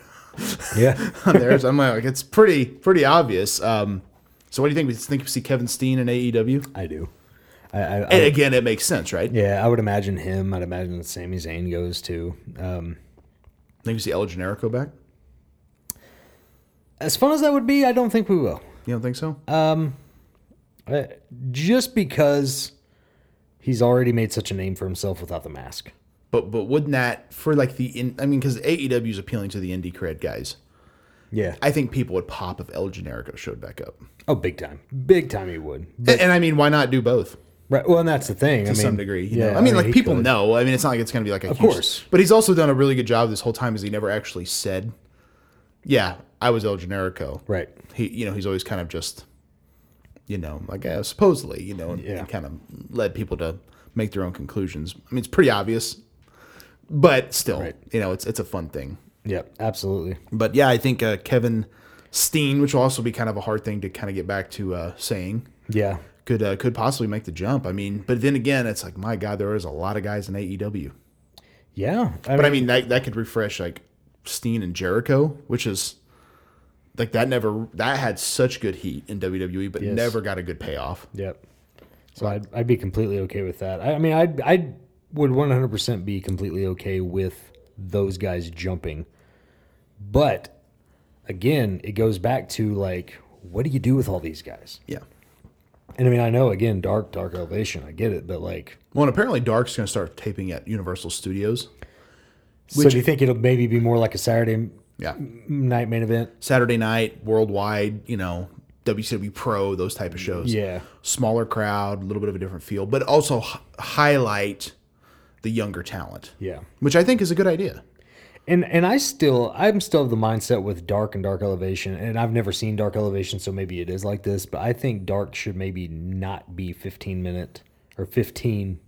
D: Yeah,
B: *laughs* on theirs. I'm like, it's pretty pretty obvious. Um, so what do you think? We think we see Kevin Steen in AEW?
D: I do. I, I, I
B: And again, it makes sense, right?
D: yeah, I would imagine him. I'd imagine that Sami Zayn goes too. Um,
B: Think we see El Generico back?
D: as fun as that would be, I don't think we will.
B: You don't think so?
D: Uh, just because he's already made such a name for himself without the mask.
B: but but wouldn't that for like the in, I mean, because AEW is appealing to the indie cred guys.
D: Yeah.
B: I think people would pop if El Generico showed back up.
D: oh, big time. Big time he would.
B: And, and I mean, why not do both
D: Right. Well, and that's the thing.
B: to
D: I mean,
B: some degree? You know? I mean, like
D: he
B: people
D: could.
B: know. I mean, it's not like it's going to be like a of
D: course.
B: But he's also done a really good job this whole time, as he never actually said, "Yeah, I was El Generico."
D: Right.
B: he you know he's always kind of just you know like uh, supposedly you know and, and
D: Yeah.
B: kind of led people to make their own conclusions i mean it's pretty obvious but still
D: Right.
B: you know it's it's a fun thing
D: Yep. Absolutely.
B: but yeah i think uh, kevin steen which will also be kind of a hard thing to kind of get back to uh, saying
D: Yeah.
B: could uh, could possibly make the jump i mean but then again it's like my god there is a E lot of guys in aew
D: Yeah. I
B: but i mean that, that could refresh like steen and jericho which is like that never that had such good heat in wwe but
D: Yes.
B: never got a good payoff
D: Yep. So I'd, I'd be completely okay with that. I, I mean, I'd, I would 100% be completely okay with those guys jumping. But again, it goes back to like, what do you do with all these guys?
B: Yeah.
D: And I mean, I know again, dark, dark elevation. I get it, but like,
B: Well, and apparently Dark's going to start taping at Universal Studios.
D: so do you think it'll maybe be more like a Saturday m-
B: Yeah.
D: night main event?
B: Saturday night, worldwide, you know, WCW Pro, those type of shows.
D: Yeah.
B: Smaller crowd, a little bit of a different feel, but also h- highlight the younger talent.
D: Yeah.
B: Which I think is a good idea.
D: And and I still I'm still of the mindset with dark and dark elevation, and I've never seen dark elevation, so maybe it is like this. But I think dark should maybe not be 15 minute or 15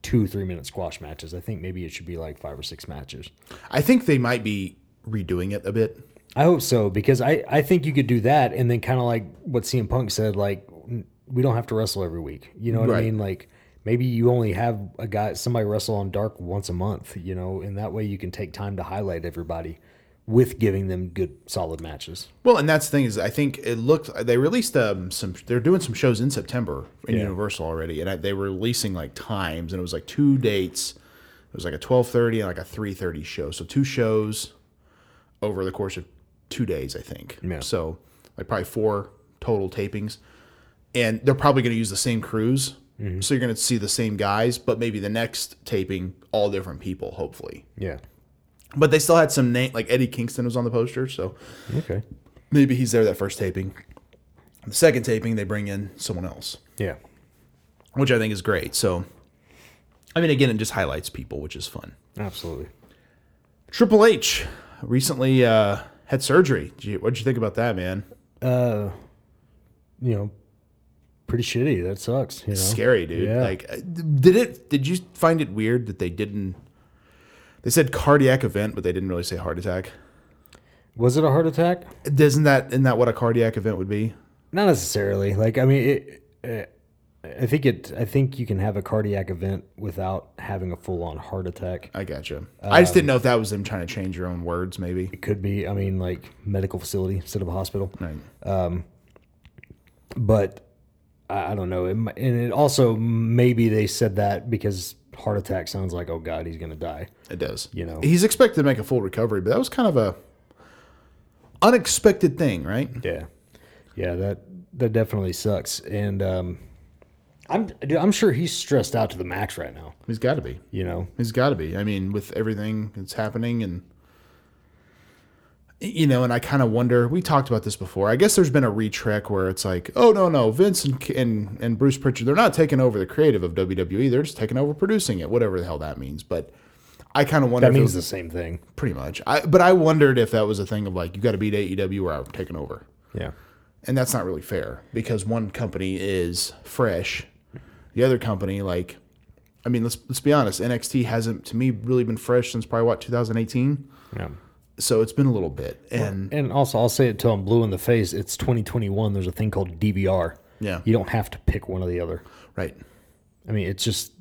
D: two three minute squash matches. I think maybe it should be like five or six matches.
B: I think they might be redoing it a bit.
D: I hope so because I I think you could do that, and then kind of like what CM Punk said, like n- we don't have to wrestle every week. You know what
B: Right.
D: I mean? Like maybe you only have a guy somebody wrestle on dark once a month. You know, and that way you can take time to highlight everybody with giving them good solid matches.
B: Well, and that's the thing is, I think it looked they released um, some. They're doing some shows in September in
D: Yeah.
B: Universal already, and I, they were releasing like times, and it was like two dates. It was like a twelve thirty and like a three thirty show, so two shows over the course of two days, I think.
D: Yeah.
B: So like probably four total tapings, and they're probably going to use the same crews,
D: Mm-hmm.
B: so you're going to see the same guys, but maybe the next taping all different people, hopefully.
D: Yeah.
B: But they still had some name like Eddie Kingston was on the poster, so
D: Okay.
B: maybe he's there that first taping. The second taping, they bring in someone else,
D: Yeah.
B: which I think is great. So, I mean, again, it just highlights people, which is fun.
D: Absolutely.
B: Triple H recently uh, had surgery. Did you- What'd you think about that, man?
D: You know, pretty shitty. That sucks. You know?
B: Scary, dude.
D: Yeah.
B: Like, uh, did it? Did you find it weird that they didn't? They said cardiac event, but they didn't really say heart attack.
D: Was it a heart attack?
B: Isn't that isn't that what a cardiac event would be?
D: Not necessarily. Like I mean, it, uh, I think it. I think you can have a cardiac event without having a full on heart attack.
B: I gotcha. I just
D: Um,
B: didn't know if that was them trying to change your own words, maybe.
D: It could be. I mean, like medical facility instead of a hospital.
B: Right.
D: But I, I don't know. It, mi- and it also maybe they said that because heart attack sounds like oh god he's gonna die.
B: It does.
D: You know.
B: he's expected to make a full recovery, but that was kind of a unexpected thing, right?
D: Yeah, yeah. That that definitely sucks. And um, I'm dude, I'm sure he's stressed out to the max right now.
B: He's got to be.
D: You know.
B: He's got to be. I mean, with everything that's happening and you know, and I kind of wonder. We talked about this before. I guess there's been a retrek where it's like, oh no, no, Vince and and, and Bruce Pritchard, they're not taking over the creative of WWE. They're just taking over producing it, whatever the hell that means. But I kind of wonder.
D: That
B: if it
D: means
B: was-
D: the same thing.
B: pretty much. I but I wondered if that was a thing of like you got to beat AEW or I'm taking over.
D: Yeah.
B: and that's not really fair because one company is fresh the other company like i mean let's let's be honest nxt hasn't to me really been fresh since probably what 2018
D: Yeah.
B: so it's been a little bit and
D: And also, I'll say it till I'm blue in the face. It's 2021. There's a thing called DVR.
B: Yeah.
D: You don't have to pick one or the other.
B: right
D: I mean, it's just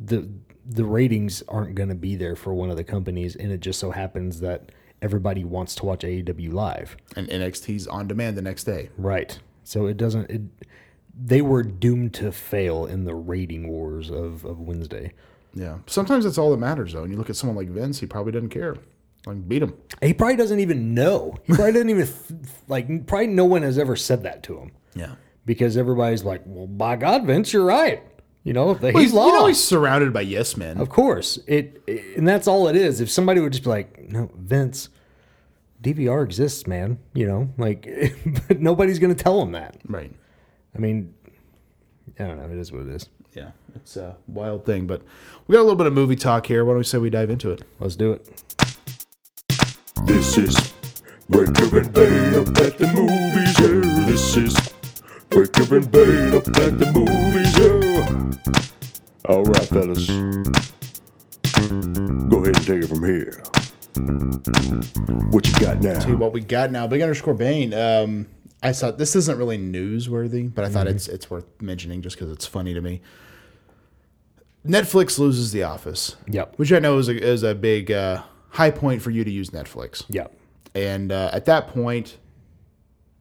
D: the the ratings aren't going to be there for one of the companies, and it just so happens that everybody wants to watch AEW live.
B: and nxt's on demand the next day
D: Right. So it doesn't. It, they were doomed to fail in the rating wars of, of Wednesday.
B: yeah sometimes that's all that matters though and you look at someone like vince he probably doesn't care like beat him
D: He probably doesn't even know. He probably doesn't even like. Probably no one has ever said that to him.
B: yeah
D: because everybody's like, "Well, by God, Vince, you're right." You know, he's,
B: he's, you
D: lost.
B: know he's surrounded by yes men
D: of course, it, it- and that's all it is. If somebody would just be like, "No, Vince, DVR exists, man," you know, like, *laughs* but nobody's gonna tell him that.
B: right
D: I mean, I don't know. It is what it is.
B: yeah it's a wild thing but we got a little bit of movie talk here why don't we say we dive into it
D: Let's do it.
E: This is Breaker and Bane up at the movies, yeah. This is Breaker and Bane up at the movies, yeah. All right, fellas. Go ahead and take it from here. What you got
B: to
E: now?
B: what we got now. Big underscore Bane. Um, I thought this isn't really newsworthy, but I thought it's it's worth mentioning just because it's funny to me. Netflix loses The Office.
D: Yep.
B: Which I know is a, is a big uh, high point for you to use Netflix.
D: Yeah,
B: And uh, at that point,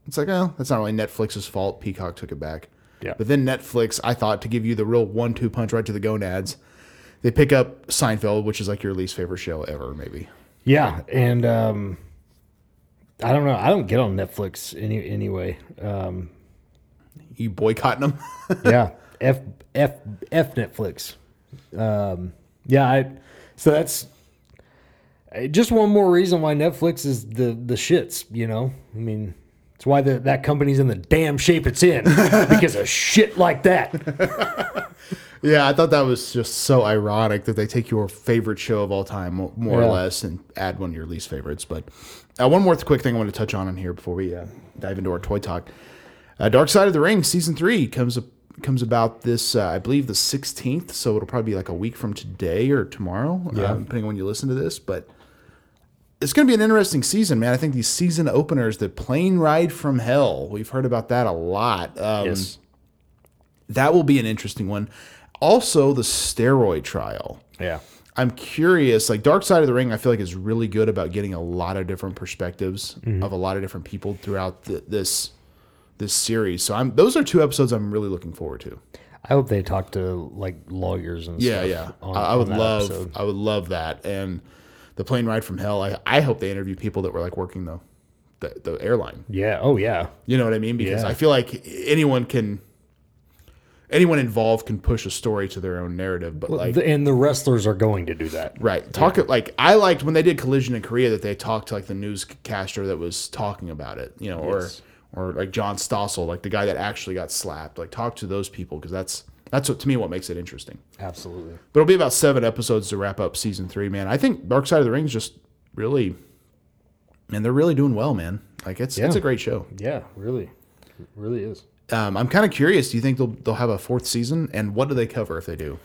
B: it's like, oh, that's not really Netflix's fault. Peacock took it back.
D: Yeah.
B: But then Netflix, I thought, to give you the real one two punch right to the gonads, they pick up Seinfeld, which is like your least favorite show ever, maybe.
D: yeah, and um, I don't know. I don't get on Netflix any anyway. Um,
B: You boycotting them?
D: yeah. F F F Netflix. Um, yeah, I, so that's eh, just one more reason why Netflix is the the shits. You know, I mean, it's why the, that company's in the damn shape it's in *laughs* because of shit like that.
B: Yeah, I thought that was just so ironic that they take your favorite show of all time, mo- more or
D: Yeah.
B: less, and add one of your least favorites. But uh, one more quick thing I want to touch on in here before we uh, dive into our toy talk. Uh, Dark Side of the Ring season three comes comes about this, uh, I believe, the sixteenth. So it'll probably be like a week from today or tomorrow, uh, depending on when you listen to this. But it's going to be an interesting season, man. I think these season openers, the plane ride from hell, we've heard about that a lot. Um, That will be an interesting one. Also, the steroid trial.
D: Yeah.
B: I'm curious. Like Dark Side of the Ring, I feel like is really good about getting a lot of different perspectives
D: Mm-hmm.
B: of a lot of different people throughout th this this series. So I'm those are two episodes I'm really looking forward to.
D: I hope they talk to like lawyers and
B: Yeah,
D: stuff.
B: yeah.
D: on-
B: I, I
D: on
B: would
D: that
B: love
D: episode.
B: I would love that. And the plane ride from hell. I, I hope they interview people that were like working the the, the airline.
D: Yeah. Oh yeah.
B: You know what I mean? Because
D: Yeah.
B: I feel like anyone can anyone involved can push a story to their own narrative, but like
D: The- and the wrestlers are going to do that.
B: Right. Talk it like I liked when they did Collision in Korea that they talked to like the newscaster that was talking about it, you know, or or like John Stossel, like the guy that actually got slapped. Like talk to those people because that's that's what to me what makes it interesting.
D: Absolutely.
B: But it'll be about seven episodes to wrap up season three, man. I think Dark Side of the Ring's just really, man, they're really doing well, man. Like it's it's
D: Yeah.
B: a great show.
D: Yeah. Really. It really is.
B: Um, I'm kind of curious. Do you think they'll they'll have a fourth season? And what do they cover if they do?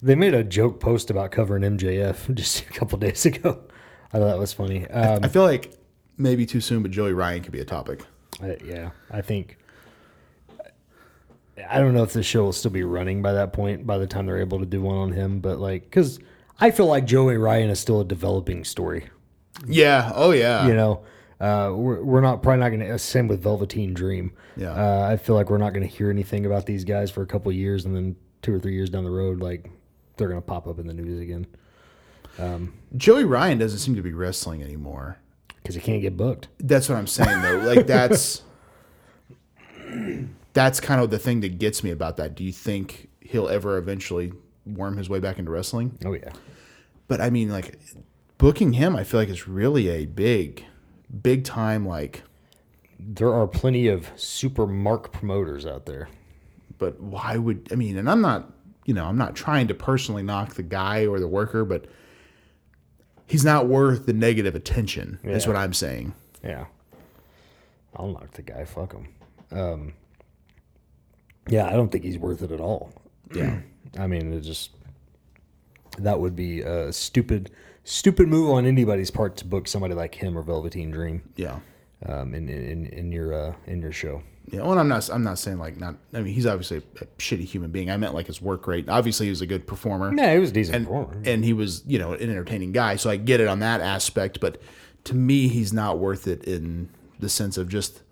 D: They made a joke post about covering MJF *laughs* just a couple days ago. I thought that was funny. Um,
B: I feel like maybe too soon, but Joey Ryan could be a topic.
D: I- yeah, I think. I don't know if the show will still be running by that point, by the time they're able to do one on him, but like, because I feel like Joey Ryan is still a developing story.
B: Yeah. Oh yeah.
D: You know, uh, we're, we're not probably not going to, same with Velveteen Dream.
B: Yeah.
D: Uh, I feel like we're not going to hear anything about these guys for a couple of years, and then two or three years down the road, like, they're going to pop up in the news again
B: Joey Ryan doesn't seem to be wrestling anymore.
D: because he can't get booked.
B: That's what I'm saying though. Like that's that's kind of the thing that gets me about that. Do you think he'll ever eventually worm his way back into wrestling?
D: Oh, yeah.
B: But I mean like booking him I feel like is really a big big time like
D: There are plenty of super mark promoters out there.
B: but why would I mean? And I'm not, you know, I'm not trying to personally knock the guy or the worker, but he's not worth the negative attention. Is
D: Yeah.
B: what I'm saying.
D: Yeah. I'll knock the guy. Fuck him. Um, yeah, I don't think he's worth it at all.
B: Yeah.
D: *clears throat* I mean, it just that would be a stupid, stupid move on anybody's part to book somebody like him or Velveteen Dream
B: Yeah.
D: um, in, in in your uh, in your show.
B: Yeah, well, and I'm not. I'm not saying like not. I mean, he's obviously a shitty human being. I meant like his work rate. Obviously, he was a good performer,
D: Yeah, he was a decent
B: and
D: performer.
B: and he was you know an entertaining guy. So I get it on that aspect, but to me, he's not worth it in the sense of just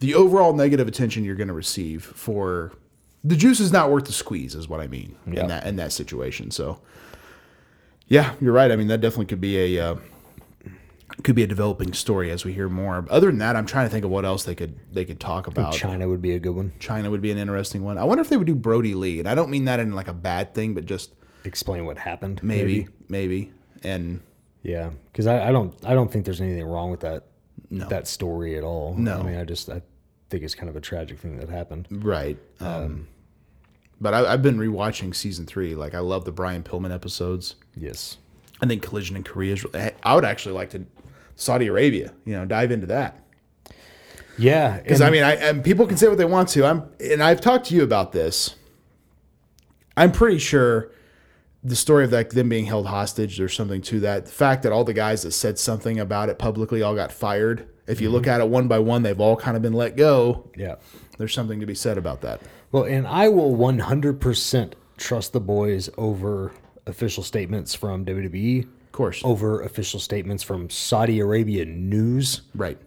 B: the overall negative attention you're going to receive for the juice is not worth the squeeze, is what I mean
D: Yeah.
B: in that in that situation. So yeah, you're right. I mean, that definitely could be a. Uh, could be a developing story as we hear more. Other than that, I'm trying to think of what else they could they could talk about.
D: China would be a good one.
B: China would be an interesting one. I wonder if they would do Brody Lee, and I don't mean that in like a bad thing, but just
D: Explain what happened.
B: maybe, maybe, and
D: Yeah, because I, I don't I don't think there's anything wrong with that
B: No.
D: that story at all.
B: No.
D: I mean I just I think it's kind of a tragic thing that happened.
B: right. Um, but I, I've been rewatching season three. Like I love the Brian Pillman episodes.
D: Yes.
B: I think Collision in Korea is. really- I would actually like to Saudi Arabia. You know, dive into that.
D: Yeah,
B: Because
D: and-
B: I mean, I and people can say what they want to. I'm and I've talked to you about this. I'm pretty sure the story of like them being held hostage or something to that. The fact that all the guys that said something about it publicly all got fired. If you look at it one by one, they've all kind of been let go.
D: yeah.
B: There's something to be said about that.
D: Well, and I will 100% trust the boys over official statements from WWE,
B: Of course,
D: over official statements from Saudi Arabian news.
B: right.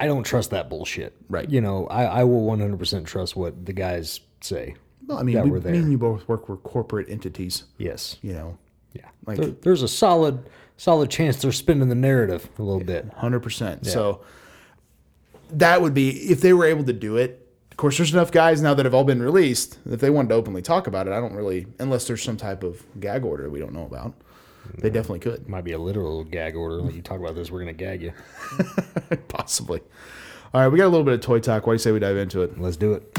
D: I don't trust that bullshit.
B: Right.
D: You know, I, I will 100% trust what the guys say.
B: Well, I mean,
D: That
B: we,
D: were there.
B: me and you both work for corporate entities.
D: Yes.
B: You know,
D: Yeah.
B: Like-
D: There- there's a solid solid chance they're spinning the narrative a little bit.
B: hundred percent. So that would be if they were able to do it. Of course, there's enough guys now that have all been released. If they wanted to openly talk about it, I don't really, unless there's some type of gag order we don't know about. They definitely could, *laughs*
D: Might be a literal gag order. Like you talk about this, we're going to gag you.
B: possibly. All right, we got a little bit of toy talk. Why do you say we dive into it?
D: Let's do it.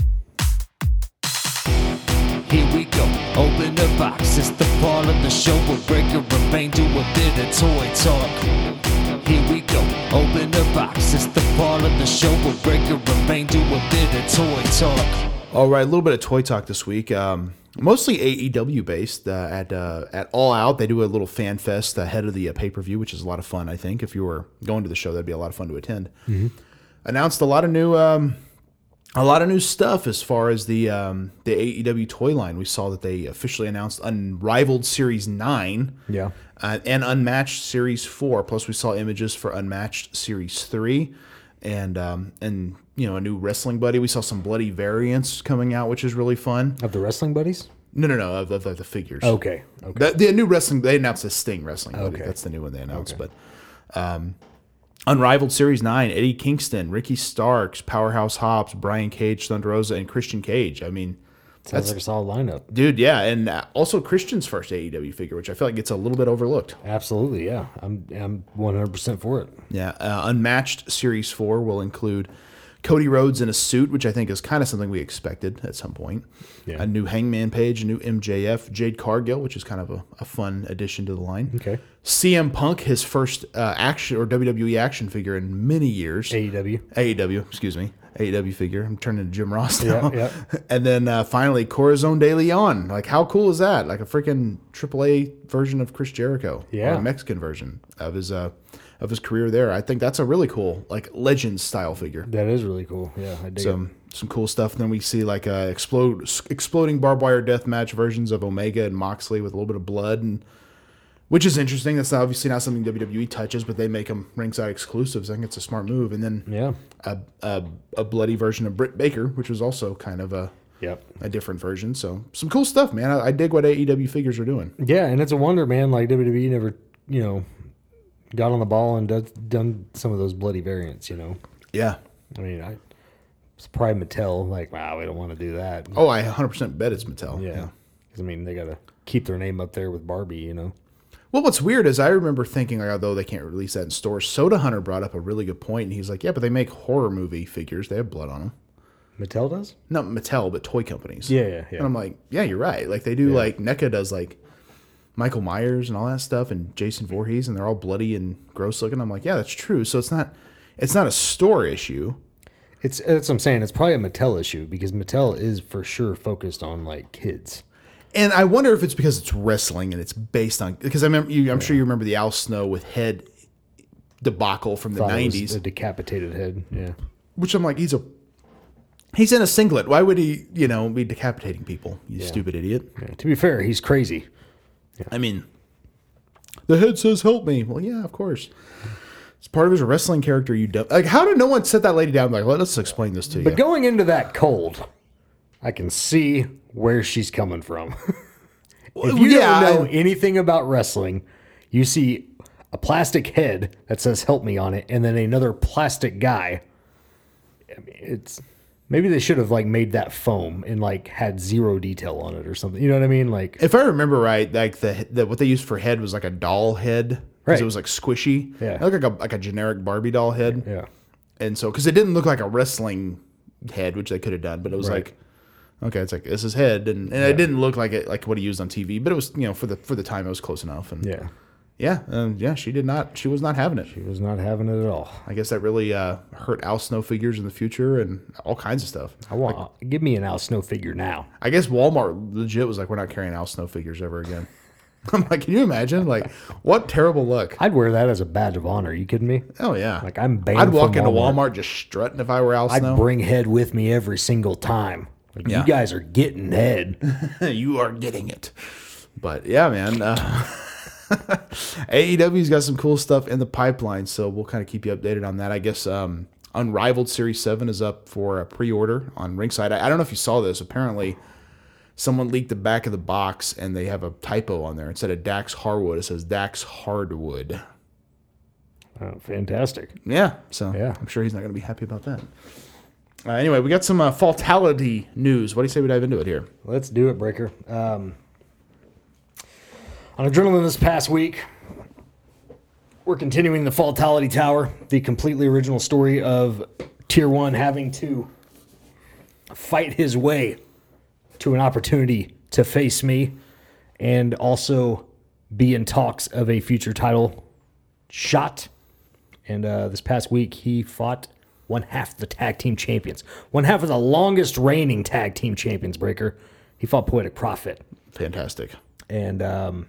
F: Here we go, open the box. It's the part of the show where Breaker and Bane do a bit of toy talk. Here we go, open the box. It's the part of the show where Breaker and Bane do a bit of toy talk.
B: All right, a little bit of toy talk this week. Um, mostly AEW based. Uh, at uh, at All Out, they do a little fan fest ahead of the uh, pay per view, which is a lot of fun. I think if you were going to the show, that'd be a lot of fun to attend. Announced a lot of new um, a lot of new stuff as far as the um, the AEW toy line. We saw that they officially announced Unrivaled Series Nine,
D: Yeah.
B: uh, and Unmatched Series Four. Plus, we saw images for Unmatched Series Three, and um, and you know a new wrestling buddy. We saw some bloody variants coming out, which is really fun.
D: Of the wrestling buddies?
B: No, no, no, of, of, of the figures.
D: Okay. Okay.
B: That, the new wrestling they announced the Sting wrestling. buddy.
D: Okay.
B: That's the new one they announced. But um, Unrivaled Series Nine: Eddie Kingston, Ricky Starks, Powerhouse Hobbs, Brian Cage, Thunder Rosa, and Christian Cage. I mean,
D: Sounds like a solid lineup.
B: dude, yeah, and uh, also Christian's first AEW figure, which I feel like gets a little bit overlooked.
D: Absolutely, yeah. I'm I'm 100% for it.
B: Yeah, uh, Unmatched Series Four will include. Cody Rhodes in a suit, which I think is kind of something we expected at some point.
D: Yeah.
B: A new Hangman Page, a new MJF, Jade Cargill, which is kind of a, a fun addition to the line.
D: Okay.
B: CM Punk, his first uh, action or WWE action figure in many years.
D: AEW.
B: AEW, E excuse me. AEW figure. I'm turning to Jim Ross now.
D: yeah.
B: *laughs* and then uh, finally, Corazon de Leon. Like, how cool is that? Like a freaking AAA version of Chris Jericho.
D: Yeah.
B: Or a Mexican version of his uh, of his career there. I think that's a really cool, like, legend style figure.
D: That is really cool. Yeah, I dig it.
B: Some some cool stuff. And then we see like uh, explode s- exploding barbed wire death match versions of Omega and Moxley with a little bit of blood and which is interesting. That's obviously not something WWE touches, but they make them ringside exclusives. I think it's a smart move. And then
D: Yeah.
B: a, a, a bloody version of Britt Baker, which was also kind of a
D: Yep.
B: a different version. So some cool stuff, man. I, I dig what AEW figures are doing.
D: Yeah, and it's a wonder, man. Like WWE never, you know, got on the ball and does, done some of those bloody variants. You know,
B: Yeah.
D: I mean, I it's probably Mattel. Like, wow, we don't want to do that.
B: Oh, I 100% bet it's Mattel.
D: yeah, 'Cause, I mean, they gotta keep their name up there with Barbie. You know,
B: Well, what's weird is I remember thinking, like, although they can't release that in stores, Soda Hunter brought up a really good point, and he's like, "Yeah, but they make horror movie figures; they have blood on them."
D: Mattel does.
B: Not Mattel, but toy companies.
D: Yeah, yeah, yeah.
B: And I'm like, "Yeah, you're right. Like they do. Like NECA does like Michael Myers and all that stuff, and Jason Voorhees, and they're all bloody and gross looking." I'm like, "Yeah, that's true." So it's not, it's not a store issue.
D: It's that's what I'm saying. It's probably a Mattel issue because Mattel is for sure focused on like kids.
B: And I wonder if it's because it's wrestling and it's based on because I remember you, I'm sure you remember the Al Snow with head debacle from the
D: Thought it was
B: 90s.
D: a decapitated head. Yeah,
B: which I'm like, he's a he's in a singlet. Why would he, you know, be decapitating people? You stupid idiot.
D: yeah. To be fair, he's crazy.
B: I mean, the head says, "Help me." Well, yeah, of course. It's part of his wrestling character. You dumb. Like, how did no one set that lady down? Like, let us explain this to you.
D: But going into that cold, I can see where she's coming from. *laughs* if you
B: yeah,
D: don't know
B: I-
D: anything about wrestling, you see a plastic head that says "Help me" on it, and then another plastic guy. I mean, it's maybe they should have like made that foam and like had zero detail on it or something. You know what I mean? Like,
B: if I remember right, like the, the what they used for head was like a doll head because
D: Right.
B: it was like squishy,
D: Yeah.
B: like a like a generic Barbie doll head.
D: yeah,
B: and so because it didn't look like a wrestling head, which they could have done, but it was
D: Right.
B: like, okay, it's like this is head, and, and it didn't look like it like what he used on TV, but it was you know for the for the time it was close enough, and
D: yeah,
B: yeah, um, yeah, she did not, she was not having it.
D: he was not having it at all.
B: I guess that really uh, hurt Al Snow figures in the future and all kinds of stuff.
D: I want give me an Al Snow figure now.
B: I guess Walmart legit was like, we're not carrying Al Snow figures ever again. *laughs* I'm like, can you imagine? Like, what terrible luck!
D: I'd wear that as a badge of honor. you kidding me?
B: Oh yeah,
D: Like, I'm banned
B: I'd walk
D: from
B: into
D: Walmart.
B: Walmart just strutting if I were Al
D: I'd
B: Snow.
D: bring head with me every single time. Like,
B: Yeah.
D: You guys are
B: *laughs*
D: getting head.
B: you are getting it. But yeah, man. Uh, *laughs* AEW's got some cool stuff in the pipeline, so we'll kind of keep you updated on that. I guess um, Unrivaled Series 7 is up for a pre order on Ringside. I, I don't know if you saw this. Apparently, someone leaked the back of the box and they have a typo on there. Instead of Dax Harwood, it says Dax Hardwood.
D: Oh, fantastic.
B: Yeah. So
D: Yeah.
B: I'm sure he's not going to be happy about that. Uh, anyway, we got some uh, fatality news. What do you say we dive into it here?
D: Let's do it, Breaker. Um, on Adrenaline this past week, we're continuing the Fatality Tower, the completely original story of Tier 1 having to fight his way to an opportunity to face me and also be in talks of a future title shot. And uh, this past week, he fought one half of the tag team champions, one half of the longest reigning tag team champions, Breaker. He fought Poetic Prophet.
B: Fantastic.
D: And um,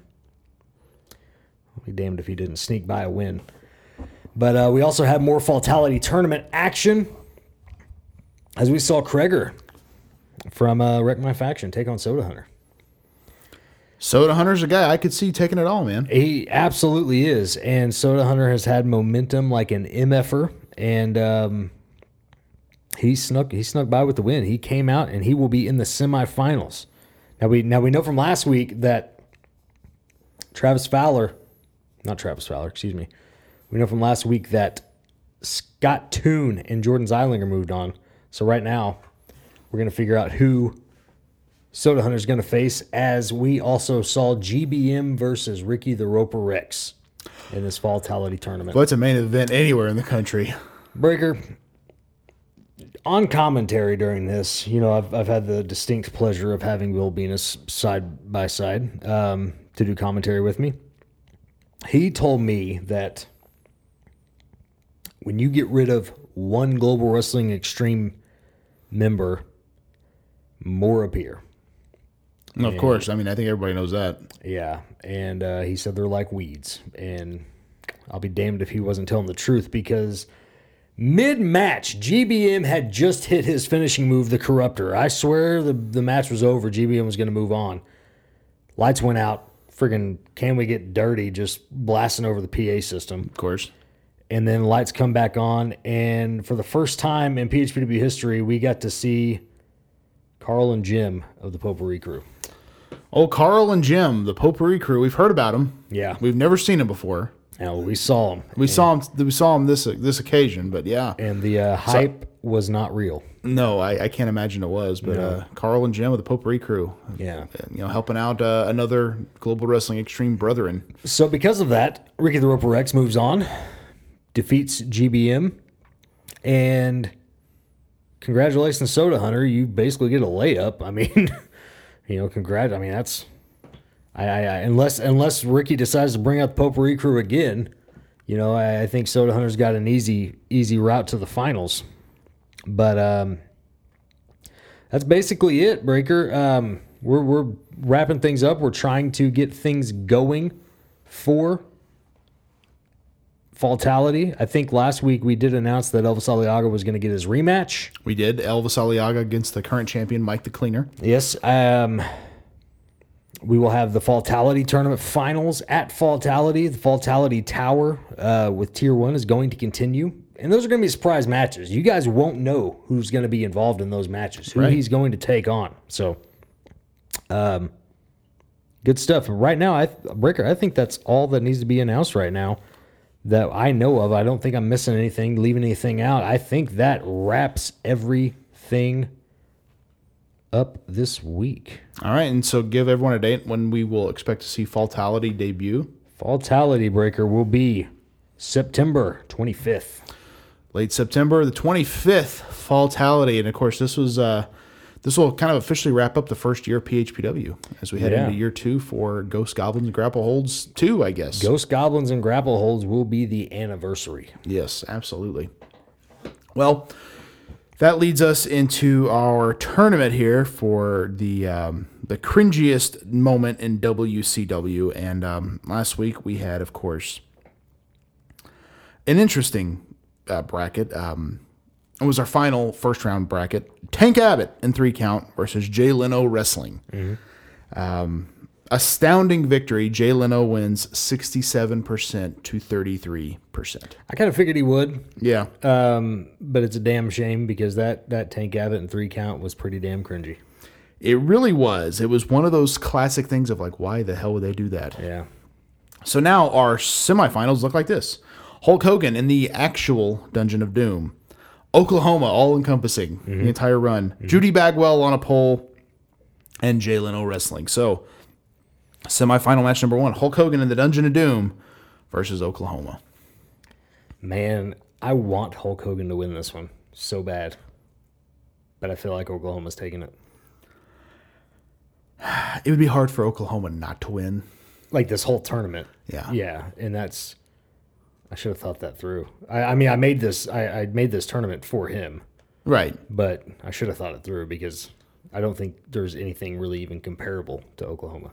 D: I'll be damned if he didn't sneak by a win. But uh, we also have more Fatality tournament action. as we saw Kreger from uh, Wreck My Faction take on Soda Hunter.
B: Soda Hunter's a guy I could see taking it all, man.
D: He absolutely is. And Soda Hunter has had momentum like an MFer. And um, he snuck he snuck by with the win. He came out and he will be in the semifinals. Now we now we know from last week that Travis Fowler, not Travis Fowler, excuse me. We know from last week that Scott Toon and Jordan Zeilinger moved on. So right now, we're gonna figure out who Soda Hunter's going to face, as we also saw GBM versus Ricky the Roper Rex in this fall Tality tournament.
B: But it's a main event anywhere in the country.
D: Breaker, on commentary during this, you know, I've, I've had the distinct pleasure of having Will Venus side by side um, to do commentary with me. He told me that when you get rid of one Global Wrestling Extreme member, more appear.
B: And Of course. I mean, I think everybody knows that.
D: Yeah, and uh, he said they're like weeds, and I'll be damned if he wasn't telling the truth because mid match, GBM had just hit his finishing move, the Corruptor. I swear the the match was over. GBM was going to move on. Lights went out. Friggin' can we get dirty? Just blasting over the PA system,
B: Of course.
D: and then lights come back on, and for the first time in PHPW history, we got to see Carl and Jim of the Potpourri Crew.
B: Old Oh, Carl and Jim, the Potpourri crew. We've heard about them.
D: Yeah.
B: We've never seen them before.
D: Now we saw them.
B: We saw him. We saw him this this occasion, but yeah,
D: and the uh, hype was not real.
B: no, I, I can't imagine it was. But uh, Carl and Jim with the Potpourri crew,
D: Yeah.
B: you know, helping out uh, another Global Wrestling Extreme brethren.
D: So because of that, Ricky the Roper Rex moves on, defeats GBM, and congratulations, Soda Hunter. You basically get a layup. I mean, *laughs* you know, congrat. I mean, that's I, I, I unless unless Ricky decides to bring out the Potpourri crew again, you know, I, I think Soda Hunter's got an easy easy route to the finals. But um, that's basically it, Breaker. Um, we're we're wrapping things up. We're trying to get things going for Fatality. I think last week we did announce that Elvis Aliaga was going to get his rematch.
B: We did Elvis Aliaga against the current champion Mike the Cleaner.
D: Yes. Um, we will have the Fatality Tournament Finals at Fatality. The Fatality Tower uh, with Tier 1 is going to continue. And those are going to be surprise matches. You guys won't know who's going to be involved in those matches, who he's going to take on. So, um, good stuff. Right now, I Breaker, I think that's all that needs to be announced right now that I know of. I don't think I'm missing anything, leaving anything out. I think that wraps everything up this week.
B: All right, and so give everyone a date when we will expect to see Fatality debut.
D: Fatality Breaker will be September 25th.
B: late September, the 25th Fatality, and of course this was uh, this will kind of officially wrap up the first year of PHPW as we head
D: Yeah.
B: into year two for Ghost Goblins and Grapple Holds two, I guess.
D: Ghost Goblins and Grapple Holds will be the anniversary.
B: Yes, absolutely. Well, that leads us into our tournament here for the um, the cringiest moment in WCW, and um, last week we had, of course, an interesting uh, bracket. Um, it was our final first round bracket: Tank Abbott in three count versus Jay Leno Wrestling. Um, astounding victory. Jay Leno wins sixty seven percent to thirty three percent.
D: I kind of figured he would,
B: Yeah.
D: but it's a damn shame because that, that Tank Abbott and three count was pretty damn cringy.
B: It really was. It was one of those classic things of like, why the hell would they do that?
D: Yeah.
B: So now our semifinals look like this Hulk Hogan in the actual Dungeon of Doom, Oklahoma, all encompassing the entire run, Judy Bagwell on a pole, and Jay Leno wrestling. So, semifinal match number one Hulk Hogan in the Dungeon of Doom versus Oklahoma.
D: Man, I want Hulk Hogan to win this one so bad. But I feel like Oklahoma's taking it.
B: It would be hard for Oklahoma not to win.
D: Like this whole tournament.
B: Yeah.
D: Yeah, and that's I should have thought that through. I, I mean, I made this I, I made this tournament for him,
B: Right.
D: but I should have thought it through because I don't think there's anything really even comparable to Oklahoma.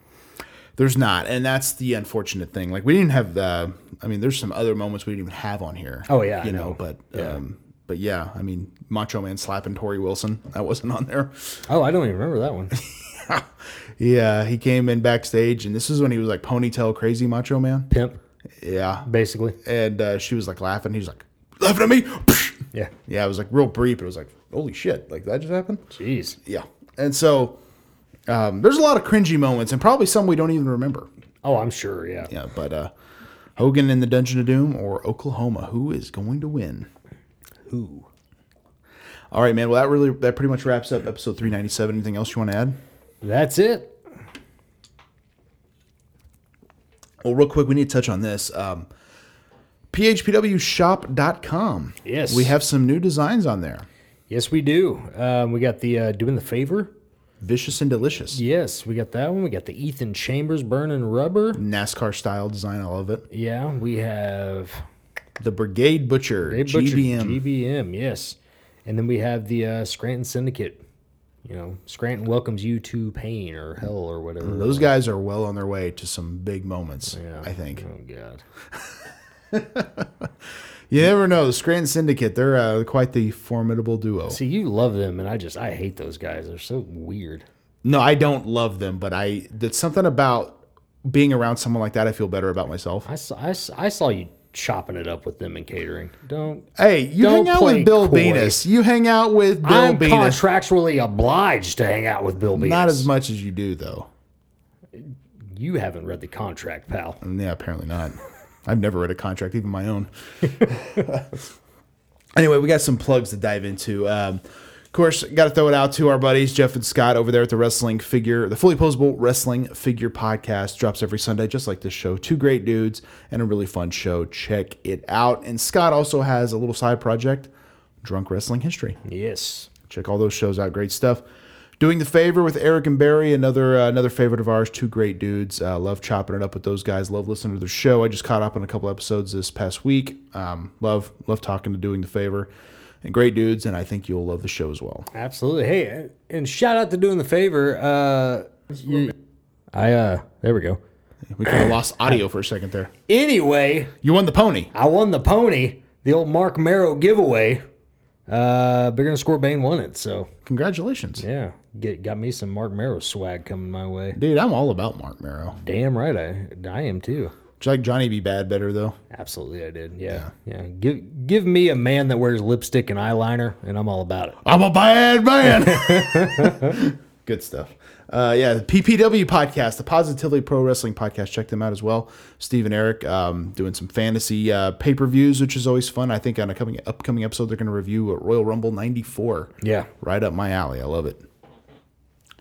B: There's not, and that's the unfortunate thing. Like we didn't have the. I mean, there's some other moments we didn't even have on here.
D: Oh, yeah,
B: you
D: I
B: know,
D: know.
B: but um, But yeah, I mean, Macho Man slapping Tori Wilson. That wasn't on there.
D: Oh, I don't even remember that one.
B: Yeah, he came in backstage, and this is when he was like ponytail crazy Macho Man.
D: Pimp,
B: Yeah.
D: basically.
B: And uh, she was like laughing. He was like, laughing at me? *laughs* Psh!
D: Yeah.
B: Yeah, it was like real brief. It was like, holy shit, like that just happened?
D: Jeez.
B: Yeah. And so um, there's a lot of cringy moments, and probably some we don't even remember.
D: Oh, I'm sure. Yeah.
B: Yeah, but uh, Hogan in the Dungeon of Doom or Oklahoma, who is going to win? Who? All right, man. Well, that really that pretty much wraps up episode 397. Anything else you want to add?
D: That's it.
B: Well, real quick, we need to touch on this. Um, PHPWshop.com.
D: Yes.
B: We have some new designs on there.
D: Yes, we do. Um, we got the uh, doing the favor.
B: Vicious and delicious.
D: Yes, we got that one. We got the Ethan Chambers burning rubber.
B: NASCAR style design. I love it.
D: Yeah, we have
B: The Brigade Butcher.
D: Dave Butcher,
B: GBM.
D: GBM, yes. And then we have the uh, Scranton Syndicate. You know, Scranton welcomes you to pain or hell or whatever.
B: Those guys are well on their way to some big moments, I think.
D: Oh God.
B: You never know. The Scranton Syndicate, they're uh, quite the formidable duo.
D: See, you love them, and I just I hate those guys. They're so weird.
B: No, I don't love them, but I that's something about being around someone like that. I feel better about myself.
D: I saw I, s- I saw you chopping it up with them in catering. Don't.
B: Hey, you
D: Don't
B: hang out
D: play
B: with Bill
D: coy.
B: Venus. You hang out with Bill
D: I'm
B: Venus.
D: contractually obliged to hang out with Bill Beavis.
B: Not as much as you do, though.
D: You haven't read the contract, pal.
B: And Yeah, apparently not. I've never read a contract, even my own. *laughs* anyway, we got some plugs to dive into. Um, of course, got to throw it out to our buddies Jeff and Scott over there at the Wrestling Figure, the fully posable Wrestling Figure podcast drops every Sunday, just like this show. Two great dudes and a really fun show. Check it out. And Scott also has a little side project, Drunk Wrestling History
D: Yes.
B: check all those shows out. Great stuff. Doing the favor with Eric and Barry, another uh, another favorite of ours. Two great dudes. Uh, love chopping it up with those guys. Love listening to their show. I just caught up on a couple episodes this past week. Um, love love talking to Doing the Favor, and great dudes. And I think you'll love the show as well.
D: Absolutely. Hey, and shout out to doing the favor. Uh, you- I uh, there we go.
B: We kind of lost audio for a second there.
D: Anyway,
B: You won the pony.
D: I won the pony, the old Mark Marrow giveaway. Uh, bigger than Score Bane won it, so
B: Congratulations,
D: yeah, get got me some Mark Marrow swag coming my way.
B: dude. I'm all about Mark Merrow.
D: Damn right, I I am too.
B: Do you like Johnny B. Bad better though?
D: Absolutely, I did. Yeah, yeah. Give give me a man that wears lipstick and eyeliner, and I'm all about it.
B: I'm a bad man. *laughs* Good stuff. Uh, yeah, the PPW podcast, the Positively Pro Wrestling podcast. Check them out as well. Steve and Eric um, doing some fantasy uh, pay per views, which is always fun. I think on a coming upcoming episode, they're going to review uh, Royal Rumble '94.
D: Yeah.
B: right up my alley. I love it.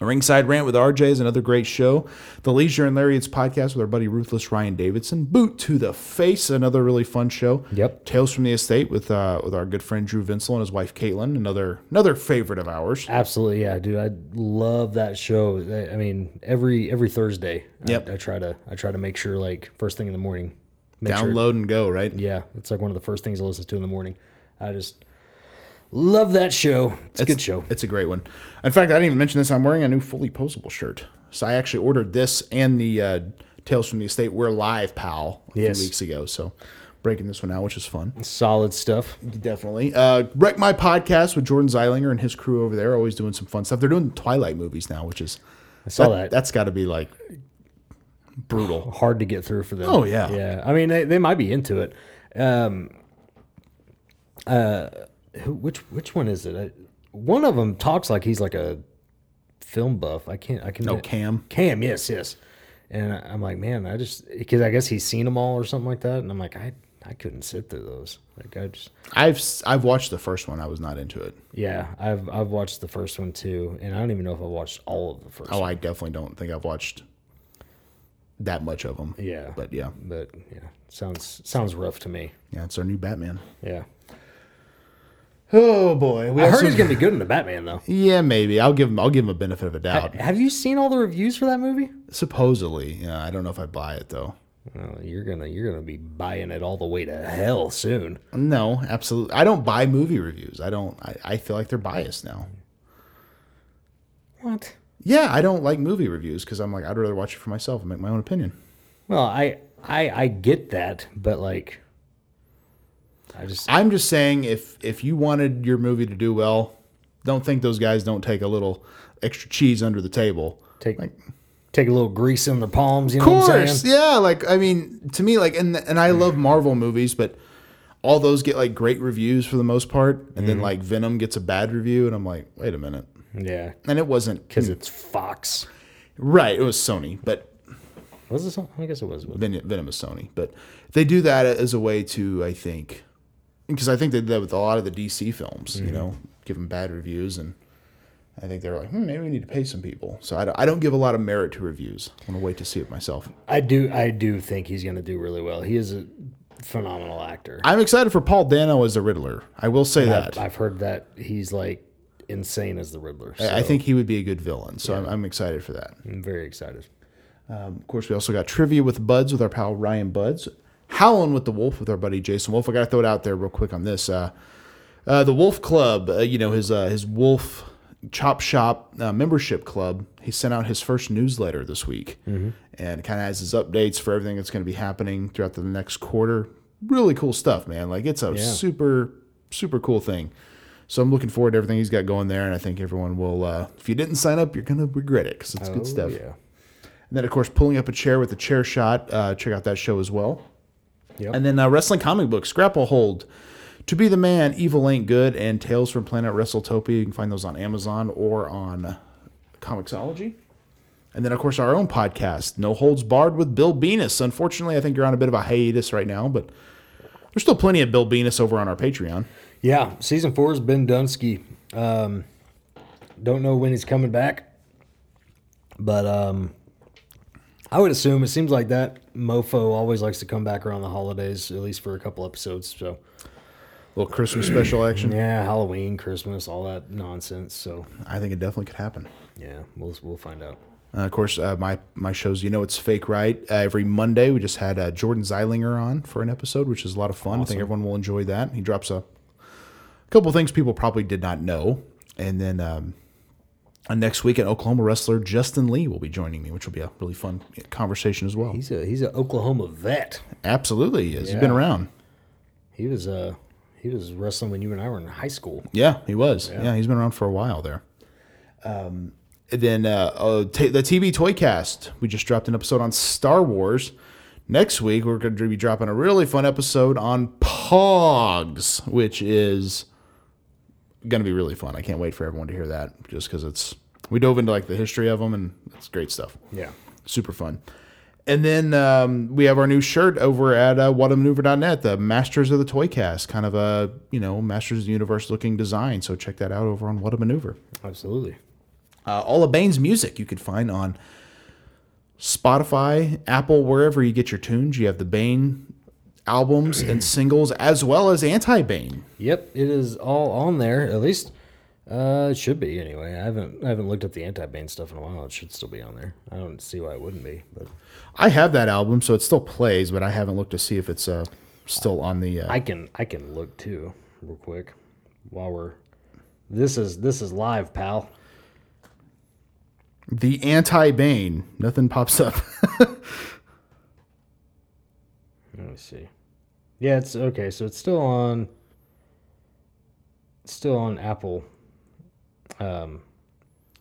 B: A Ringside Rant with RJ is another great show. The Leisure and Lariats podcast with our buddy Ruthless Ryan Davidson. Boot to the Face, another really fun show.
D: Yep.
B: Tales from the Estate with uh, with our good friend Drew Vinsel and his wife Caitlin, another another favorite of ours.
D: Absolutely, yeah, dude. I love that show. I- I mean, every every Thursday, I-
B: Yep.
D: I, try to I try to make sure like first thing in the morning, make sure-
B: Download and go, right?
D: yeah, it's like one of the first things I listen to in the morning. I just love that show. It's a good show.
B: It's a great one. In fact, I didn't even mention this. I'm wearing a new fully posable shirt. So I actually ordered this and the uh, Tales from the Estate. We're live, pal. A
D: Yes.
B: few weeks ago. So breaking this one out, which is fun.
D: Solid stuff.
B: Definitely. Uh, Wreck My Podcast with Jordan Zeilinger and his crew over there, always doing some fun stuff. They're doing Twilight movies now, which is
D: I saw that.
B: that's got to be like brutal.
D: hard to get through for them.
B: Oh, yeah.
D: yeah. I mean, they, they might be into it. Um, uh, who, which which one is it? I, one of them talks like he's like a film buff. I can't. I can.
B: No, Cam.
D: Cam. Yes. Yes. And I- I'm like, man, I just because I guess he's seen them all or something like that, and I'm like, I I couldn't sit through those. Like I just.
B: I've s- I've watched the first one. I was not into it.
D: Yeah, I've I've watched the first one too, and I don't even know if I watched all of the first.
B: Oh,
D: one.
B: I definitely don't think I've watched that much of them.
D: Yeah,
B: but yeah,
D: but yeah, sounds sounds rough to me.
B: yeah, it's our new Batman.
D: Yeah,
B: Oh boy, we
D: I heard
B: also-
D: he's gonna be good in the Batman though.
B: Yeah, maybe I'll give him. I'll give him a benefit of a doubt.
D: Have you seen all the reviews for that movie?
B: Supposedly, yeah. I don't know if I buy it though.
D: Well, you're gonna you're gonna be buying it all the way to hell soon.
B: No, absolutely. I don't buy movie reviews. I don't. I, I feel like they're biased now.
D: What?
B: Yeah, I don't like movie reviews because I'm like I'd rather watch it for myself and make my own opinion.
D: Well, I I I get that, but like, I just
B: I'm just saying if if you wanted your movie to do well, don't think those guys don't take a little extra cheese under the table.
D: take
B: like-
D: take a little grease in their palms. You know what I'm
B: course,
D: saying?
B: yeah. Like I mean, to me, like and and I love Marvel movies, but all those get like great reviews for the most part, and then like Venom gets a bad review, and I'm like, wait a minute,
D: Yeah,
B: and it wasn't
D: because it's Fox.
B: right. It was Sony, but
D: Was this? I guess it was. wasn't
B: Ven- Venom is Sony, but they do that as a way to, I think, because I think they did that with a lot of the DC films. You know, give them bad reviews, and I think they're like, hmm, maybe we need to pay some people. So I don't, I don't give a lot of merit to reviews. I want to wait to see it myself.
D: it? I do. I do think he's going to do really well. He is a phenomenal actor.
B: I'm excited for Paul Dano as the Riddler. I will say that.
D: I've, I've heard that he's like insane as the Riddler.
B: I- I
D: so
B: think he would be a good villain, so I'm, I'm excited for that.
D: I'm very excited.
B: Of course, we also got trivia with Buds with our pal Ryan Buds, howling with the wolf with our buddy Jason Wolf. I gotta throw it out there real quick on this. Uh, uh, the Wolf Club, uh, you know his uh, his Wolf Chop Shop uh, membership club. He sent out his first newsletter this week, and kind of has his updates for everything that's going to be happening throughout the next quarter. Really cool stuff, man. Like it's a super super cool thing. So I'm looking forward to everything he's got going there, and I think everyone will. Uh, if you didn't sign up, you're gonna regret it because it's good stuff.
D: Oh, Yeah.
B: And then, of course, pulling up a chair with a chair shot. Uh, check out that show as well.
D: Yep.
B: And then uh, wrestling comic books, Grapple Hold, To Be the Man, Evil Ain't Good, and Tales from Planet WrestleTopia. You can find those on Amazon or on Comixology. And then, of course, our own podcast, No Holds Barred with Bill Venus. Unfortunately, I think you're on a bit of a hiatus right now, but there's still plenty of Bill Venus over on our Patreon.
D: Yeah, season four has been Dunsky. Um, don't know when he's coming back, but um, I would assume it seems like that mofo always likes to come back around the holidays, at least for a couple episodes. So
B: little Christmas special action.
D: yeah, Halloween, Christmas, all that nonsense. So
B: I think it definitely could happen.
D: yeah, we'll we'll find out.
B: Uh, of course, uh, my my shows, you know, it's fake, right? Uh, every Monday, we just had uh, Jordan Zeilinger on for an episode, which is a lot of fun. I think everyone will enjoy that. He drops a couple things people probably did not know, and then um, uh, next week, an Oklahoma wrestler Justin Lee will be joining me, which will be a really fun conversation as well.
D: He's a he's an Oklahoma vet.
B: Absolutely, he is. he's been
D: Yeah.
B: around.
D: He was uh he was wrestling when you and I were in high school.
B: Yeah, he was. Yeah, he's been around for a while there. Um, and then uh, uh, t- the TV Toycast. We just dropped an episode on Star Wars. Next week, we're going to be dropping a really fun episode on Pogs, which is going to be really fun. I can't wait for everyone to hear that just because it's. We dove into like the history of them, and it's great stuff
D: Yeah.
B: super fun. And then um, we have our new shirt over at uh, whatamaneuver.net, the Masters of the Toycast, kind of a you know Masters of the Universe looking design. So check that out over on What a Maneuver.
D: Absolutely.
B: Uh, all of Bane's music you can find on Spotify, Apple, wherever you get your tunes. You have the Bane albums and singles, as well as Anti Bane.
D: Yep, it is all on there. At least uh, it should be anyway. I haven't I haven't looked at the anti bane stuff in a while. It should still be on there. I don't see why it wouldn't be. But
B: I have that album, so it still plays, but I haven't looked to see if it's uh, still on the. Uh,
D: I can I can look too, real quick, while we're. This is this is live, pal.
B: The Anti Bane. Nothing pops up.
D: Let me see. Yeah, it's okay. So it's still on. It's still on Apple. Um,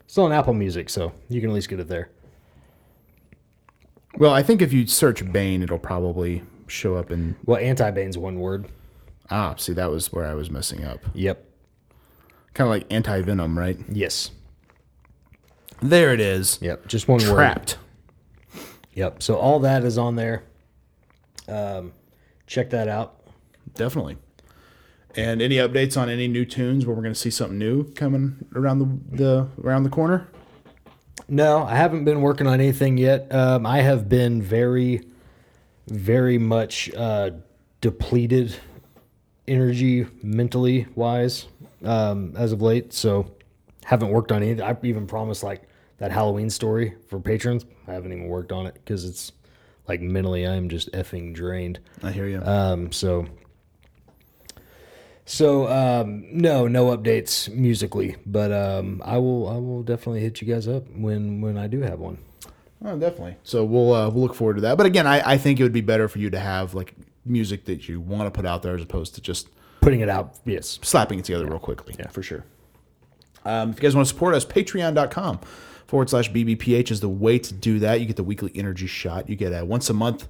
D: still on Apple Music, so you can at least get it there.
B: Well, I think if you search Bane, it'll probably show up in.
D: Well, anti bane's one word.
B: Ah, see, that was where I was messing up.
D: Yep.
B: Kind of like anti venom, right?
D: Yes.
B: There it is.
D: Yep. Just one word.
B: Trapped.
D: Yep. So all that is on there. Um, check that out.
B: Definitely. And any updates on any new tunes where we're going to see something new coming around the, the around the corner?
D: No, I haven't been working on anything yet. Um, I have been very, very much uh, depleted, energy mentally wise, um, as of late. So haven't worked on anything. I even promised like that Halloween story for patrons. I haven't even worked on it because it's like mentally I am just effing drained.
B: I hear you.
D: Um, so, so um, no, no updates musically, but um, I will, I will definitely hit you guys up when when I do have one.
B: oh, definitely. So we'll uh, we'll look forward to that. But again, I, I think it would be better for you to have like music that you want to put out there as opposed to just
D: Putting it out, yes.
B: slapping it together real quickly.
D: Yeah, for sure.
B: Um, if you guys want to support us, patreon.com forward slash BBPH is the way to do that. You get the weekly energy shot. You get a once a month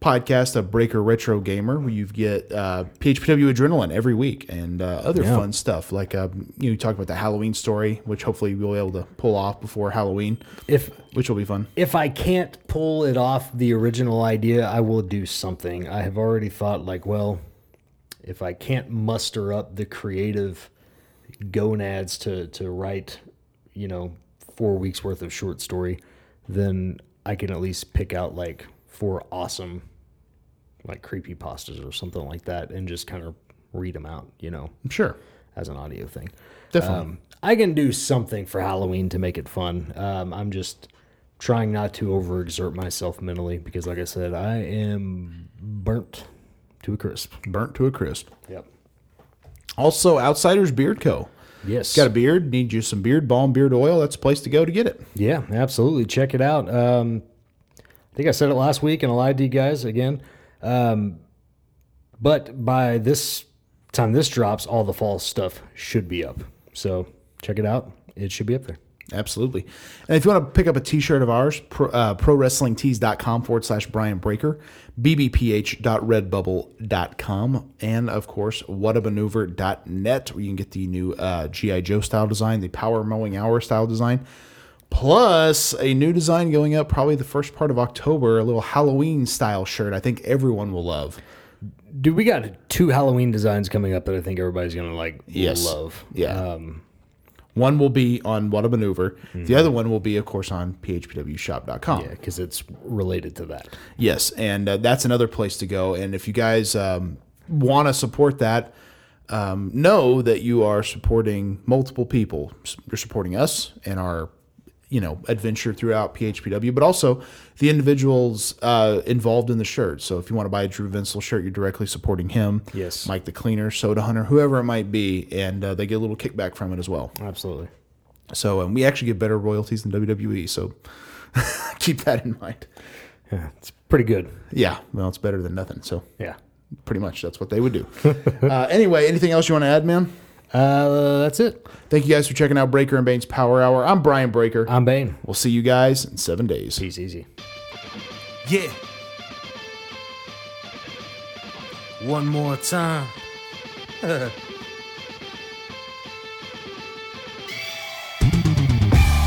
B: podcast, a Breaker Retro Gamer, where you get uh, PHPW Adrenaline every week and uh, other
D: Yeah.
B: fun stuff. Like um, you know, you talk about the Halloween story, which hopefully we'll be able to pull off before Halloween,
D: If
B: which will be fun.
D: if I can't pull it off the original idea, I will do something. I have already thought like, well, if I can't muster up the creative gonads to to write, you know, 4 weeks worth of short story, then I can at least pick out like four awesome like creepy pastas or something like that and just kind of read them out, you know,
B: Sure.
D: as an audio thing.
B: Definitely.
D: Um, I can do something for Halloween to make it fun. Um, I'm just trying not to overexert myself mentally because, like I said, I am burnt to a crisp.
B: Burnt to a crisp.
D: Yep.
B: Also, Outsiders Beard Co.
D: Yes.
B: Got a beard, need you some beard balm, beard oil. That's a place to go to get it.
D: Yeah, absolutely. Check it out. Um, I think I said it last week and I lied to you guys again. Um, but by this time this drops, all the fall stuff should be up. So check it out. It should be up there.
B: Absolutely. And if you want to pick up a t shirt of ours, pro, uh, prowrestlingtees.com forward slash Brian Breaker, bbph.redbubble.com, and of course, whatamaneuver.net, where you can get the new uh, G.I. Joe style design, the Power Mowing Hour style design, plus a new design going up probably the first part of October, a little Halloween style shirt I think everyone will love.
D: Dude, we got two Halloween designs coming up that I think everybody's gonna like
B: Yes.
D: love.
B: Yeah.
D: Um, mm-hmm.
B: One will be on What a Maneuver. The other one will be, of course, on phpwshop.com.
D: yeah, because it's related to that.
B: Yes, and uh, that's another place to go. And if you guys um, want to support that, um, know that you are supporting multiple people. S- You're supporting us and our, you know, adventure throughout PHPW, but also the individuals uh, involved in the shirt. So if you want to buy a Drew Vinsel shirt, you're directly supporting him.
D: Yes.
B: Mike the Cleaner, Soda Hunter, whoever it might be, and uh, they get a little kickback from it as well.
D: Absolutely.
B: So, and we actually get better royalties than WWE. So *laughs* keep that in mind.
D: Yeah, it's pretty good.
B: Yeah, well, it's better than nothing. So
D: Yeah.
B: pretty much that's what they would do. *laughs* uh, anyway, anything else you want to add, man?
D: Uh, that's it.
B: Thank you guys for checking out Breaker and Bane's Power Hour. I'm Brian Breaker.
D: I'm Bane.
B: we'll see you guys in seven days.
D: Peace, easy.
F: Yeah. One more time.
A: *laughs*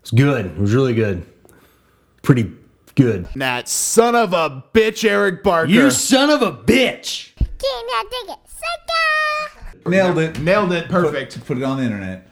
D: It's good. It was really good. Pretty good.
B: That son of a bitch, Eric Barker.
G: You son of a bitch!
H: King, I dig it. Sucker!
I: Nailed it.
B: nailed it. Perfect.
I: Put it on the internet.